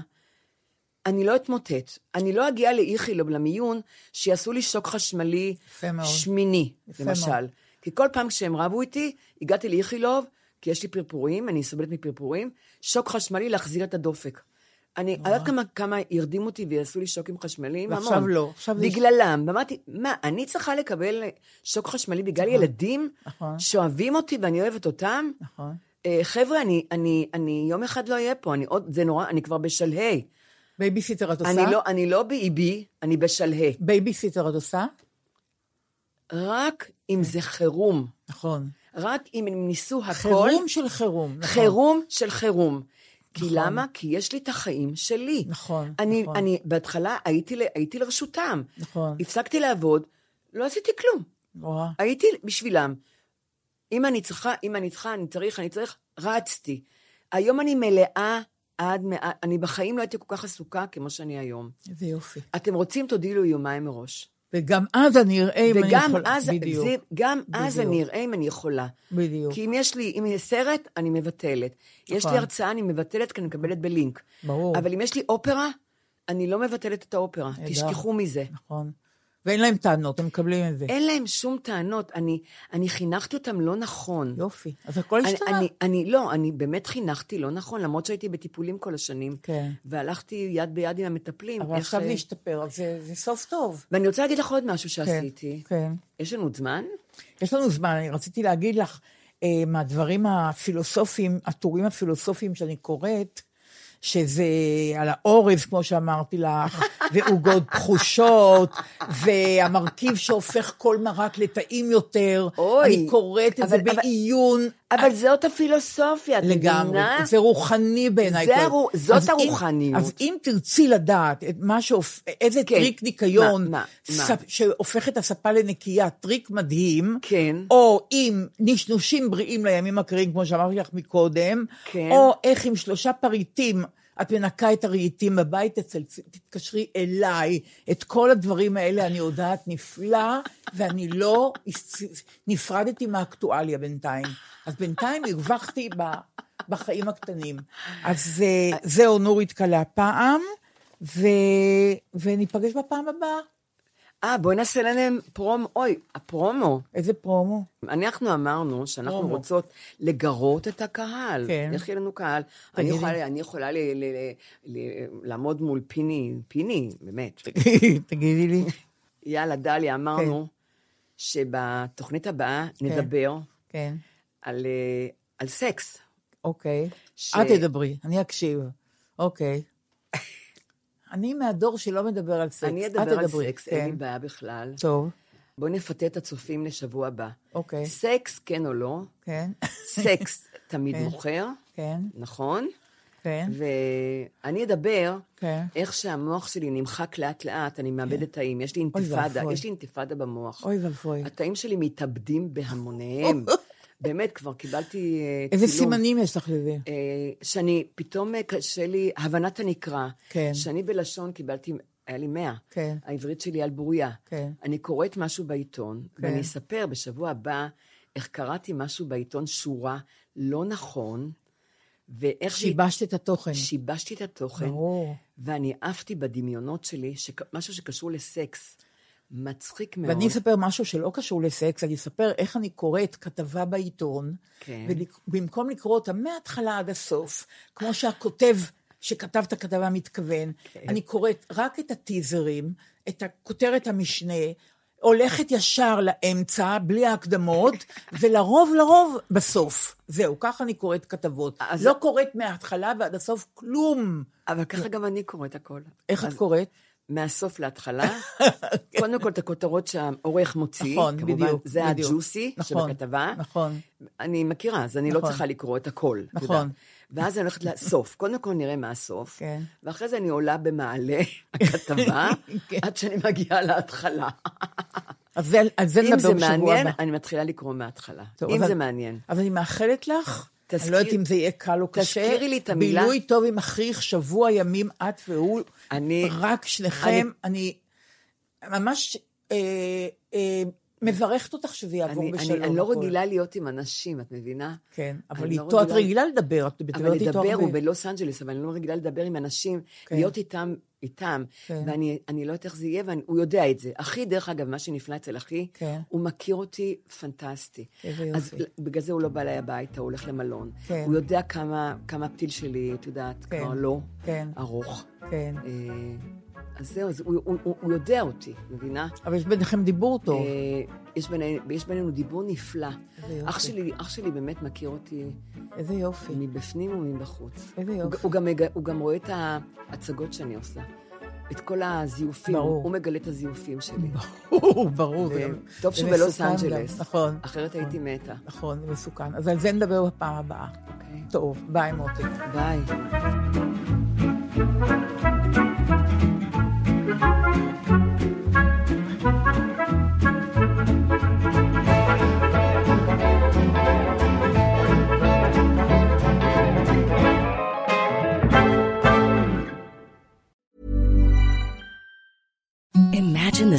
[SPEAKER 2] אני לא אתמוטט. אני לא אגיע לאיכילוב, למיון, שיעשו לי שוק חשמלי
[SPEAKER 3] יפה מאוד.
[SPEAKER 2] שמיני,
[SPEAKER 3] יפה
[SPEAKER 2] למשל.
[SPEAKER 3] מאוד.
[SPEAKER 2] כי כל פעם כשהם רבו איתי, הגעתי לאיכילוב, כי יש לי פרפורים, אני סובלת מפרפורים, שוק חשמלי להחזיר את הדופק. אני, את יודעת כמה, כמה הרדימו אותי ועשו לי שוקים חשמליים?
[SPEAKER 3] ועכשיו
[SPEAKER 2] המון.
[SPEAKER 3] לא, עכשיו זה-
[SPEAKER 2] בגללם. ואמרתי, מה, אני צריכה לקבל שוק חשמלי בגלל ילדים
[SPEAKER 3] נכון.
[SPEAKER 2] שאוהבים אותי ואני אוהבת אותם?
[SPEAKER 3] נכון.
[SPEAKER 2] אה, חבר'ה, אני, אני, אני יום אחד לא אהיה פה, אני עוד, זה נורא, אני כבר בשלהי.
[SPEAKER 3] בייביסיטר את עושה?
[SPEAKER 2] אני לא, אני לא באיבי, אני בשלהי.
[SPEAKER 3] בייביסיטר את עושה?
[SPEAKER 2] רק
[SPEAKER 3] כן.
[SPEAKER 2] אם זה חירום.
[SPEAKER 3] נכון.
[SPEAKER 2] רק אם הם ניסו הכל.
[SPEAKER 3] חירום של חירום. נכון.
[SPEAKER 2] חירום של חירום. כי למה? כי יש לי את החיים שלי.
[SPEAKER 3] נכון,
[SPEAKER 2] אני,
[SPEAKER 3] נכון.
[SPEAKER 2] אני בהתחלה הייתי, ל- הייתי לרשותם.
[SPEAKER 3] נכון.
[SPEAKER 2] הפסקתי לעבוד, לא עשיתי כלום.
[SPEAKER 3] נורא.
[SPEAKER 2] הייתי בשבילם. אם אני צריכה, אם אני צריכה, אני צריך, אני צריך, רצתי. היום אני מלאה עד מעט, אני בחיים לא הייתי כל כך עסוקה כמו שאני היום.
[SPEAKER 3] איזה יופי.
[SPEAKER 2] אתם רוצים, תודיעו לי יומיים מראש.
[SPEAKER 3] וגם אז אני אראה אם אני
[SPEAKER 2] וגם
[SPEAKER 3] יכולה.
[SPEAKER 2] אז,
[SPEAKER 3] בדיוק.
[SPEAKER 2] זה, גם אז
[SPEAKER 3] בדיוק.
[SPEAKER 2] אני אראה אם אני יכולה.
[SPEAKER 3] בדיוק.
[SPEAKER 2] כי אם יש לי, אם יש סרט, אני מבטלת. יש
[SPEAKER 3] נכון.
[SPEAKER 2] לי הרצאה, אני מבטלת, כי אני מקבלת בלינק.
[SPEAKER 3] ברור.
[SPEAKER 2] אבל אם יש לי אופרה, אני לא מבטלת את האופרה.
[SPEAKER 3] נהדר.
[SPEAKER 2] תשכחו מזה.
[SPEAKER 3] נכון. ואין להם טענות, הם מקבלים את זה.
[SPEAKER 2] אין להם שום טענות. אני, אני חינכתי אותם לא נכון.
[SPEAKER 3] יופי. אז הכל
[SPEAKER 2] אני,
[SPEAKER 3] השתנה.
[SPEAKER 2] אני, אני, לא, אני באמת חינכתי לא נכון, למרות שהייתי בטיפולים כל השנים.
[SPEAKER 3] כן.
[SPEAKER 2] והלכתי יד ביד עם המטפלים.
[SPEAKER 3] אבל
[SPEAKER 2] איך,
[SPEAKER 3] עכשיו זה
[SPEAKER 2] אה,
[SPEAKER 3] השתפר, אז זה- זה סוף טוב.
[SPEAKER 2] ואני רוצה להגיד לך עוד משהו שעשיתי.
[SPEAKER 3] כן.
[SPEAKER 2] יש לנו עוד זמן?
[SPEAKER 3] יש לנו זמן, אני רציתי להגיד לך, אה, מהדברים הפילוסופיים, הטורים הפילוסופיים שאני קוראת, שזה על האורז, כמו שאמרתי לך, ועוגות פחושות, והמרכיב שהופך כל מרק לטעים יותר.
[SPEAKER 2] אוי,
[SPEAKER 3] אני קוראת את זה
[SPEAKER 2] אבל- אבל-
[SPEAKER 3] בעיון.
[SPEAKER 2] אבל זאת הפילוסופיה, את
[SPEAKER 3] אה, לגמרי,
[SPEAKER 2] מבינה?
[SPEAKER 3] זה רוחני בעיניי.
[SPEAKER 2] זה
[SPEAKER 3] כל-
[SPEAKER 2] הרו- זאת
[SPEAKER 3] אז אם-
[SPEAKER 2] הרוחניות.
[SPEAKER 3] אז אם תרצי לדעת את מה שהופ... איזה
[SPEAKER 2] כן.
[SPEAKER 3] טריק ניקיון
[SPEAKER 2] מה, מה,
[SPEAKER 3] ס-
[SPEAKER 2] מה?
[SPEAKER 3] שהופך את הספה לנקייה, טריק מדהים,
[SPEAKER 2] כן.
[SPEAKER 3] או עם נשנושים בריאים לימים הקרים, כמו שאמרתי לך מקודם,
[SPEAKER 2] כן.
[SPEAKER 3] או איך עם שלושה פריטים את מנקה את הרהיטים בבית אצל, תתקשרי אליי, את כל הדברים האלה אני יודעת נפלא, ואני לא הס- נפרדתי מהאקטואליה בינתיים. אז בינתיים הרווחתי ב, בחיים הקטנים. אז אה, זהו, נורית קלה פעם, ו, וניפגש בפעם הבאה.
[SPEAKER 2] אה, בואי נעשה להם פרומו. אוי, הפרומו.
[SPEAKER 3] איזה פרומו.
[SPEAKER 2] אנחנו אמרנו שאנחנו
[SPEAKER 3] פרומו.
[SPEAKER 2] רוצות לגרות את הקהל.
[SPEAKER 3] כן.
[SPEAKER 2] איך יהיה לנו קהל? אני
[SPEAKER 3] תגידי.
[SPEAKER 2] יכולה, אני יכולה ל, ל, ל, ל, לעמוד מול פיני, פיני, באמת.
[SPEAKER 3] כן. תגידי לי.
[SPEAKER 2] יאללה, דליה, אמרנו שבתוכנית הבאה נדבר
[SPEAKER 3] כן,
[SPEAKER 2] על, אה, על סקס.
[SPEAKER 3] אוקיי.
[SPEAKER 2] ש-
[SPEAKER 3] את תדברי, אני אקשיב. אוקיי. אני מהדור שלא מדבר על סקס.
[SPEAKER 2] אני
[SPEAKER 3] את
[SPEAKER 2] אדבר על
[SPEAKER 3] תדברי,
[SPEAKER 2] סקס,
[SPEAKER 3] כן.
[SPEAKER 2] אין לי בעיה בכלל.
[SPEAKER 3] טוב.
[SPEAKER 2] בואי נפתה את הצופים לשבוע הבא.
[SPEAKER 3] אוקיי.
[SPEAKER 2] סקס, כן או לא?
[SPEAKER 3] כן.
[SPEAKER 2] סקס תמיד
[SPEAKER 3] כן.
[SPEAKER 2] מוכר,
[SPEAKER 3] כן.
[SPEAKER 2] נכון?
[SPEAKER 3] כן.
[SPEAKER 2] ואני אדבר
[SPEAKER 3] כן.
[SPEAKER 2] איך שהמוח שלי נמחק לאט-לאט, אני מאבדת תאים, יש לי אינתיפאדה,
[SPEAKER 3] ואבוי.
[SPEAKER 2] יש לי אינתיפאדה במוח.
[SPEAKER 3] אוי ואבוי.
[SPEAKER 2] התאים שלי מתאבדים בהמוניהם. באמת, כבר קיבלתי אה, צילום.
[SPEAKER 3] איזה סימנים יש לך לזה?
[SPEAKER 2] אה, שאני, פתאום אה, קשה לי, הבנת הנקרא.
[SPEAKER 3] כן.
[SPEAKER 2] שאני בלשון קיבלתי, היה לי מאה.
[SPEAKER 3] כן.
[SPEAKER 2] העברית שלי על בוריה.
[SPEAKER 3] כן.
[SPEAKER 2] אני קוראת משהו בעיתון,
[SPEAKER 3] כן.
[SPEAKER 2] ואני אספר בשבוע הבא איך קראתי משהו בעיתון, שורה לא נכון, ואיך זה-
[SPEAKER 3] שיבשת את התוכן.
[SPEAKER 2] שיבשתי את התוכן,
[SPEAKER 3] ברור.
[SPEAKER 2] ואני עפתי בדמיונות שלי, שק- משהו שקשור לסקס. מצחיק מאוד.
[SPEAKER 3] ואני אספר משהו שלא קשור לסקס, אני אספר איך אני קוראת כתבה בעיתון,
[SPEAKER 2] כן.
[SPEAKER 3] ובמקום לקרוא אותה מההתחלה עד הסוף, כמו שהכותב שכתב את הכתבה מתכוון,
[SPEAKER 2] כן.
[SPEAKER 3] אני קוראת רק את הטיזרים, את הכותרת המשנה, הולכת ישר לאמצע, בלי ההקדמות, ולרוב לרוב בסוף. זהו, ככה אני קוראת כתבות.
[SPEAKER 2] אז-
[SPEAKER 3] לא קוראת מההתחלה ועד הסוף כלום.
[SPEAKER 2] אבל ככה גם אני קוראת הכל.
[SPEAKER 3] איך את
[SPEAKER 2] אז
[SPEAKER 3] קוראת?
[SPEAKER 2] מהסוף להתחלה. קודם כל, את הכותרות שהעורך מוציא.
[SPEAKER 3] נכון,
[SPEAKER 2] כמובן,
[SPEAKER 3] בדיוק,
[SPEAKER 2] זה
[SPEAKER 3] בדיוק.
[SPEAKER 2] הג'וסי
[SPEAKER 3] נכון,
[SPEAKER 2] שבכתבה.
[SPEAKER 3] נכון.
[SPEAKER 2] אני מכירה, אז אני לא
[SPEAKER 3] נכון.
[SPEAKER 2] צריכה לקרוא את הכל. את
[SPEAKER 3] נכון.
[SPEAKER 2] יודעת. ואז אני הולכת לסוף. קודם כל נראה מה הסוף.
[SPEAKER 3] כן.
[SPEAKER 2] ואחרי זה אני עולה במעלה הכתבה,
[SPEAKER 3] כן.
[SPEAKER 2] עד שאני מגיעה להתחלה.
[SPEAKER 3] אז זה- על זה נדבר
[SPEAKER 2] אם זה
[SPEAKER 3] בשבוע הבא.
[SPEAKER 2] מעניין, אני מתחילה לקרוא מההתחלה.
[SPEAKER 3] טוב,
[SPEAKER 2] אם
[SPEAKER 3] אבל-
[SPEAKER 2] זה מעניין.
[SPEAKER 3] אבל אני מאחלת לך,
[SPEAKER 2] תזכיר-
[SPEAKER 3] אני לא יודעת אם זה יהיה קל או קשה,
[SPEAKER 2] תזכירי לי את המילה.
[SPEAKER 3] בילוי טוב עם אחיך, שבוע ימים, את והוא,
[SPEAKER 2] אני-
[SPEAKER 3] רק שניכם. אני, ממש אה, אה, מברכת אותך שזה יעבור
[SPEAKER 2] אני,
[SPEAKER 3] בשלום.
[SPEAKER 2] אני, אני לא
[SPEAKER 3] הכל.
[SPEAKER 2] רגילה להיות עם אנשים, את מבינה?
[SPEAKER 3] כן, אבל
[SPEAKER 2] אני לא
[SPEAKER 3] איתו את
[SPEAKER 2] רגילה-
[SPEAKER 3] רגילה לדבר, את
[SPEAKER 2] אבל
[SPEAKER 3] מדברת איתו
[SPEAKER 2] לדבר הוא
[SPEAKER 3] הרבה.
[SPEAKER 2] בלוס אנג'לס, אבל אני לא רגילה לדבר עם אנשים,
[SPEAKER 3] כן.
[SPEAKER 2] להיות איתם, איתם.
[SPEAKER 3] כן.
[SPEAKER 2] ואני אני לא יודעת איך זה יהיה, והוא יודע את זה. אחי, דרך אגב, מה שנפלא אצל אחי,
[SPEAKER 3] כן.
[SPEAKER 2] הוא מכיר אותי פנטסטי.
[SPEAKER 3] איזה יופי.
[SPEAKER 2] אז בגלל זה הוא לא בא אליי הביתה, הוא הולך למלון.
[SPEAKER 3] כן.
[SPEAKER 2] הוא יודע כמה, כמה הפתיל שלי, את יודעת,
[SPEAKER 3] כן.
[SPEAKER 2] כבר לא
[SPEAKER 3] כן.
[SPEAKER 2] ארוך.
[SPEAKER 3] כן.
[SPEAKER 2] אה, אז זהו, אז הוא, הוא, הוא, הוא יודע אותי, מבינה?
[SPEAKER 3] אבל יש ביניכם דיבור טוב.
[SPEAKER 2] אה, יש בינינו, יש בינינו דיבור נפלא.
[SPEAKER 3] איזה יופי.
[SPEAKER 2] אח שלי, אח שלי באמת מכיר אותי
[SPEAKER 3] איזה יופי.
[SPEAKER 2] מבפנים ומבחוץ.
[SPEAKER 3] איזה
[SPEAKER 2] הוא,
[SPEAKER 3] יופי.
[SPEAKER 2] הוא, גם, מג- הוא גם רואה את ההצגות שאני עושה. את כל הזיופים,
[SPEAKER 3] ברור.
[SPEAKER 2] הוא מגלה את הזיופים שלי.
[SPEAKER 3] ברור, ברור. זה
[SPEAKER 2] ו-
[SPEAKER 3] גם-
[SPEAKER 2] טוב
[SPEAKER 3] זה
[SPEAKER 2] שהוא בלוס
[SPEAKER 3] מסוכן גם.
[SPEAKER 2] אנג'לס.
[SPEAKER 3] נכון.
[SPEAKER 2] אחרת הייתי מתה.
[SPEAKER 3] נכון, זה מסוכן. אז על זה נדבר בפעם הבאה.
[SPEAKER 2] אוקיי.
[SPEAKER 3] טוב, ביי מותק.
[SPEAKER 2] ביי.
[SPEAKER 6] Imagine the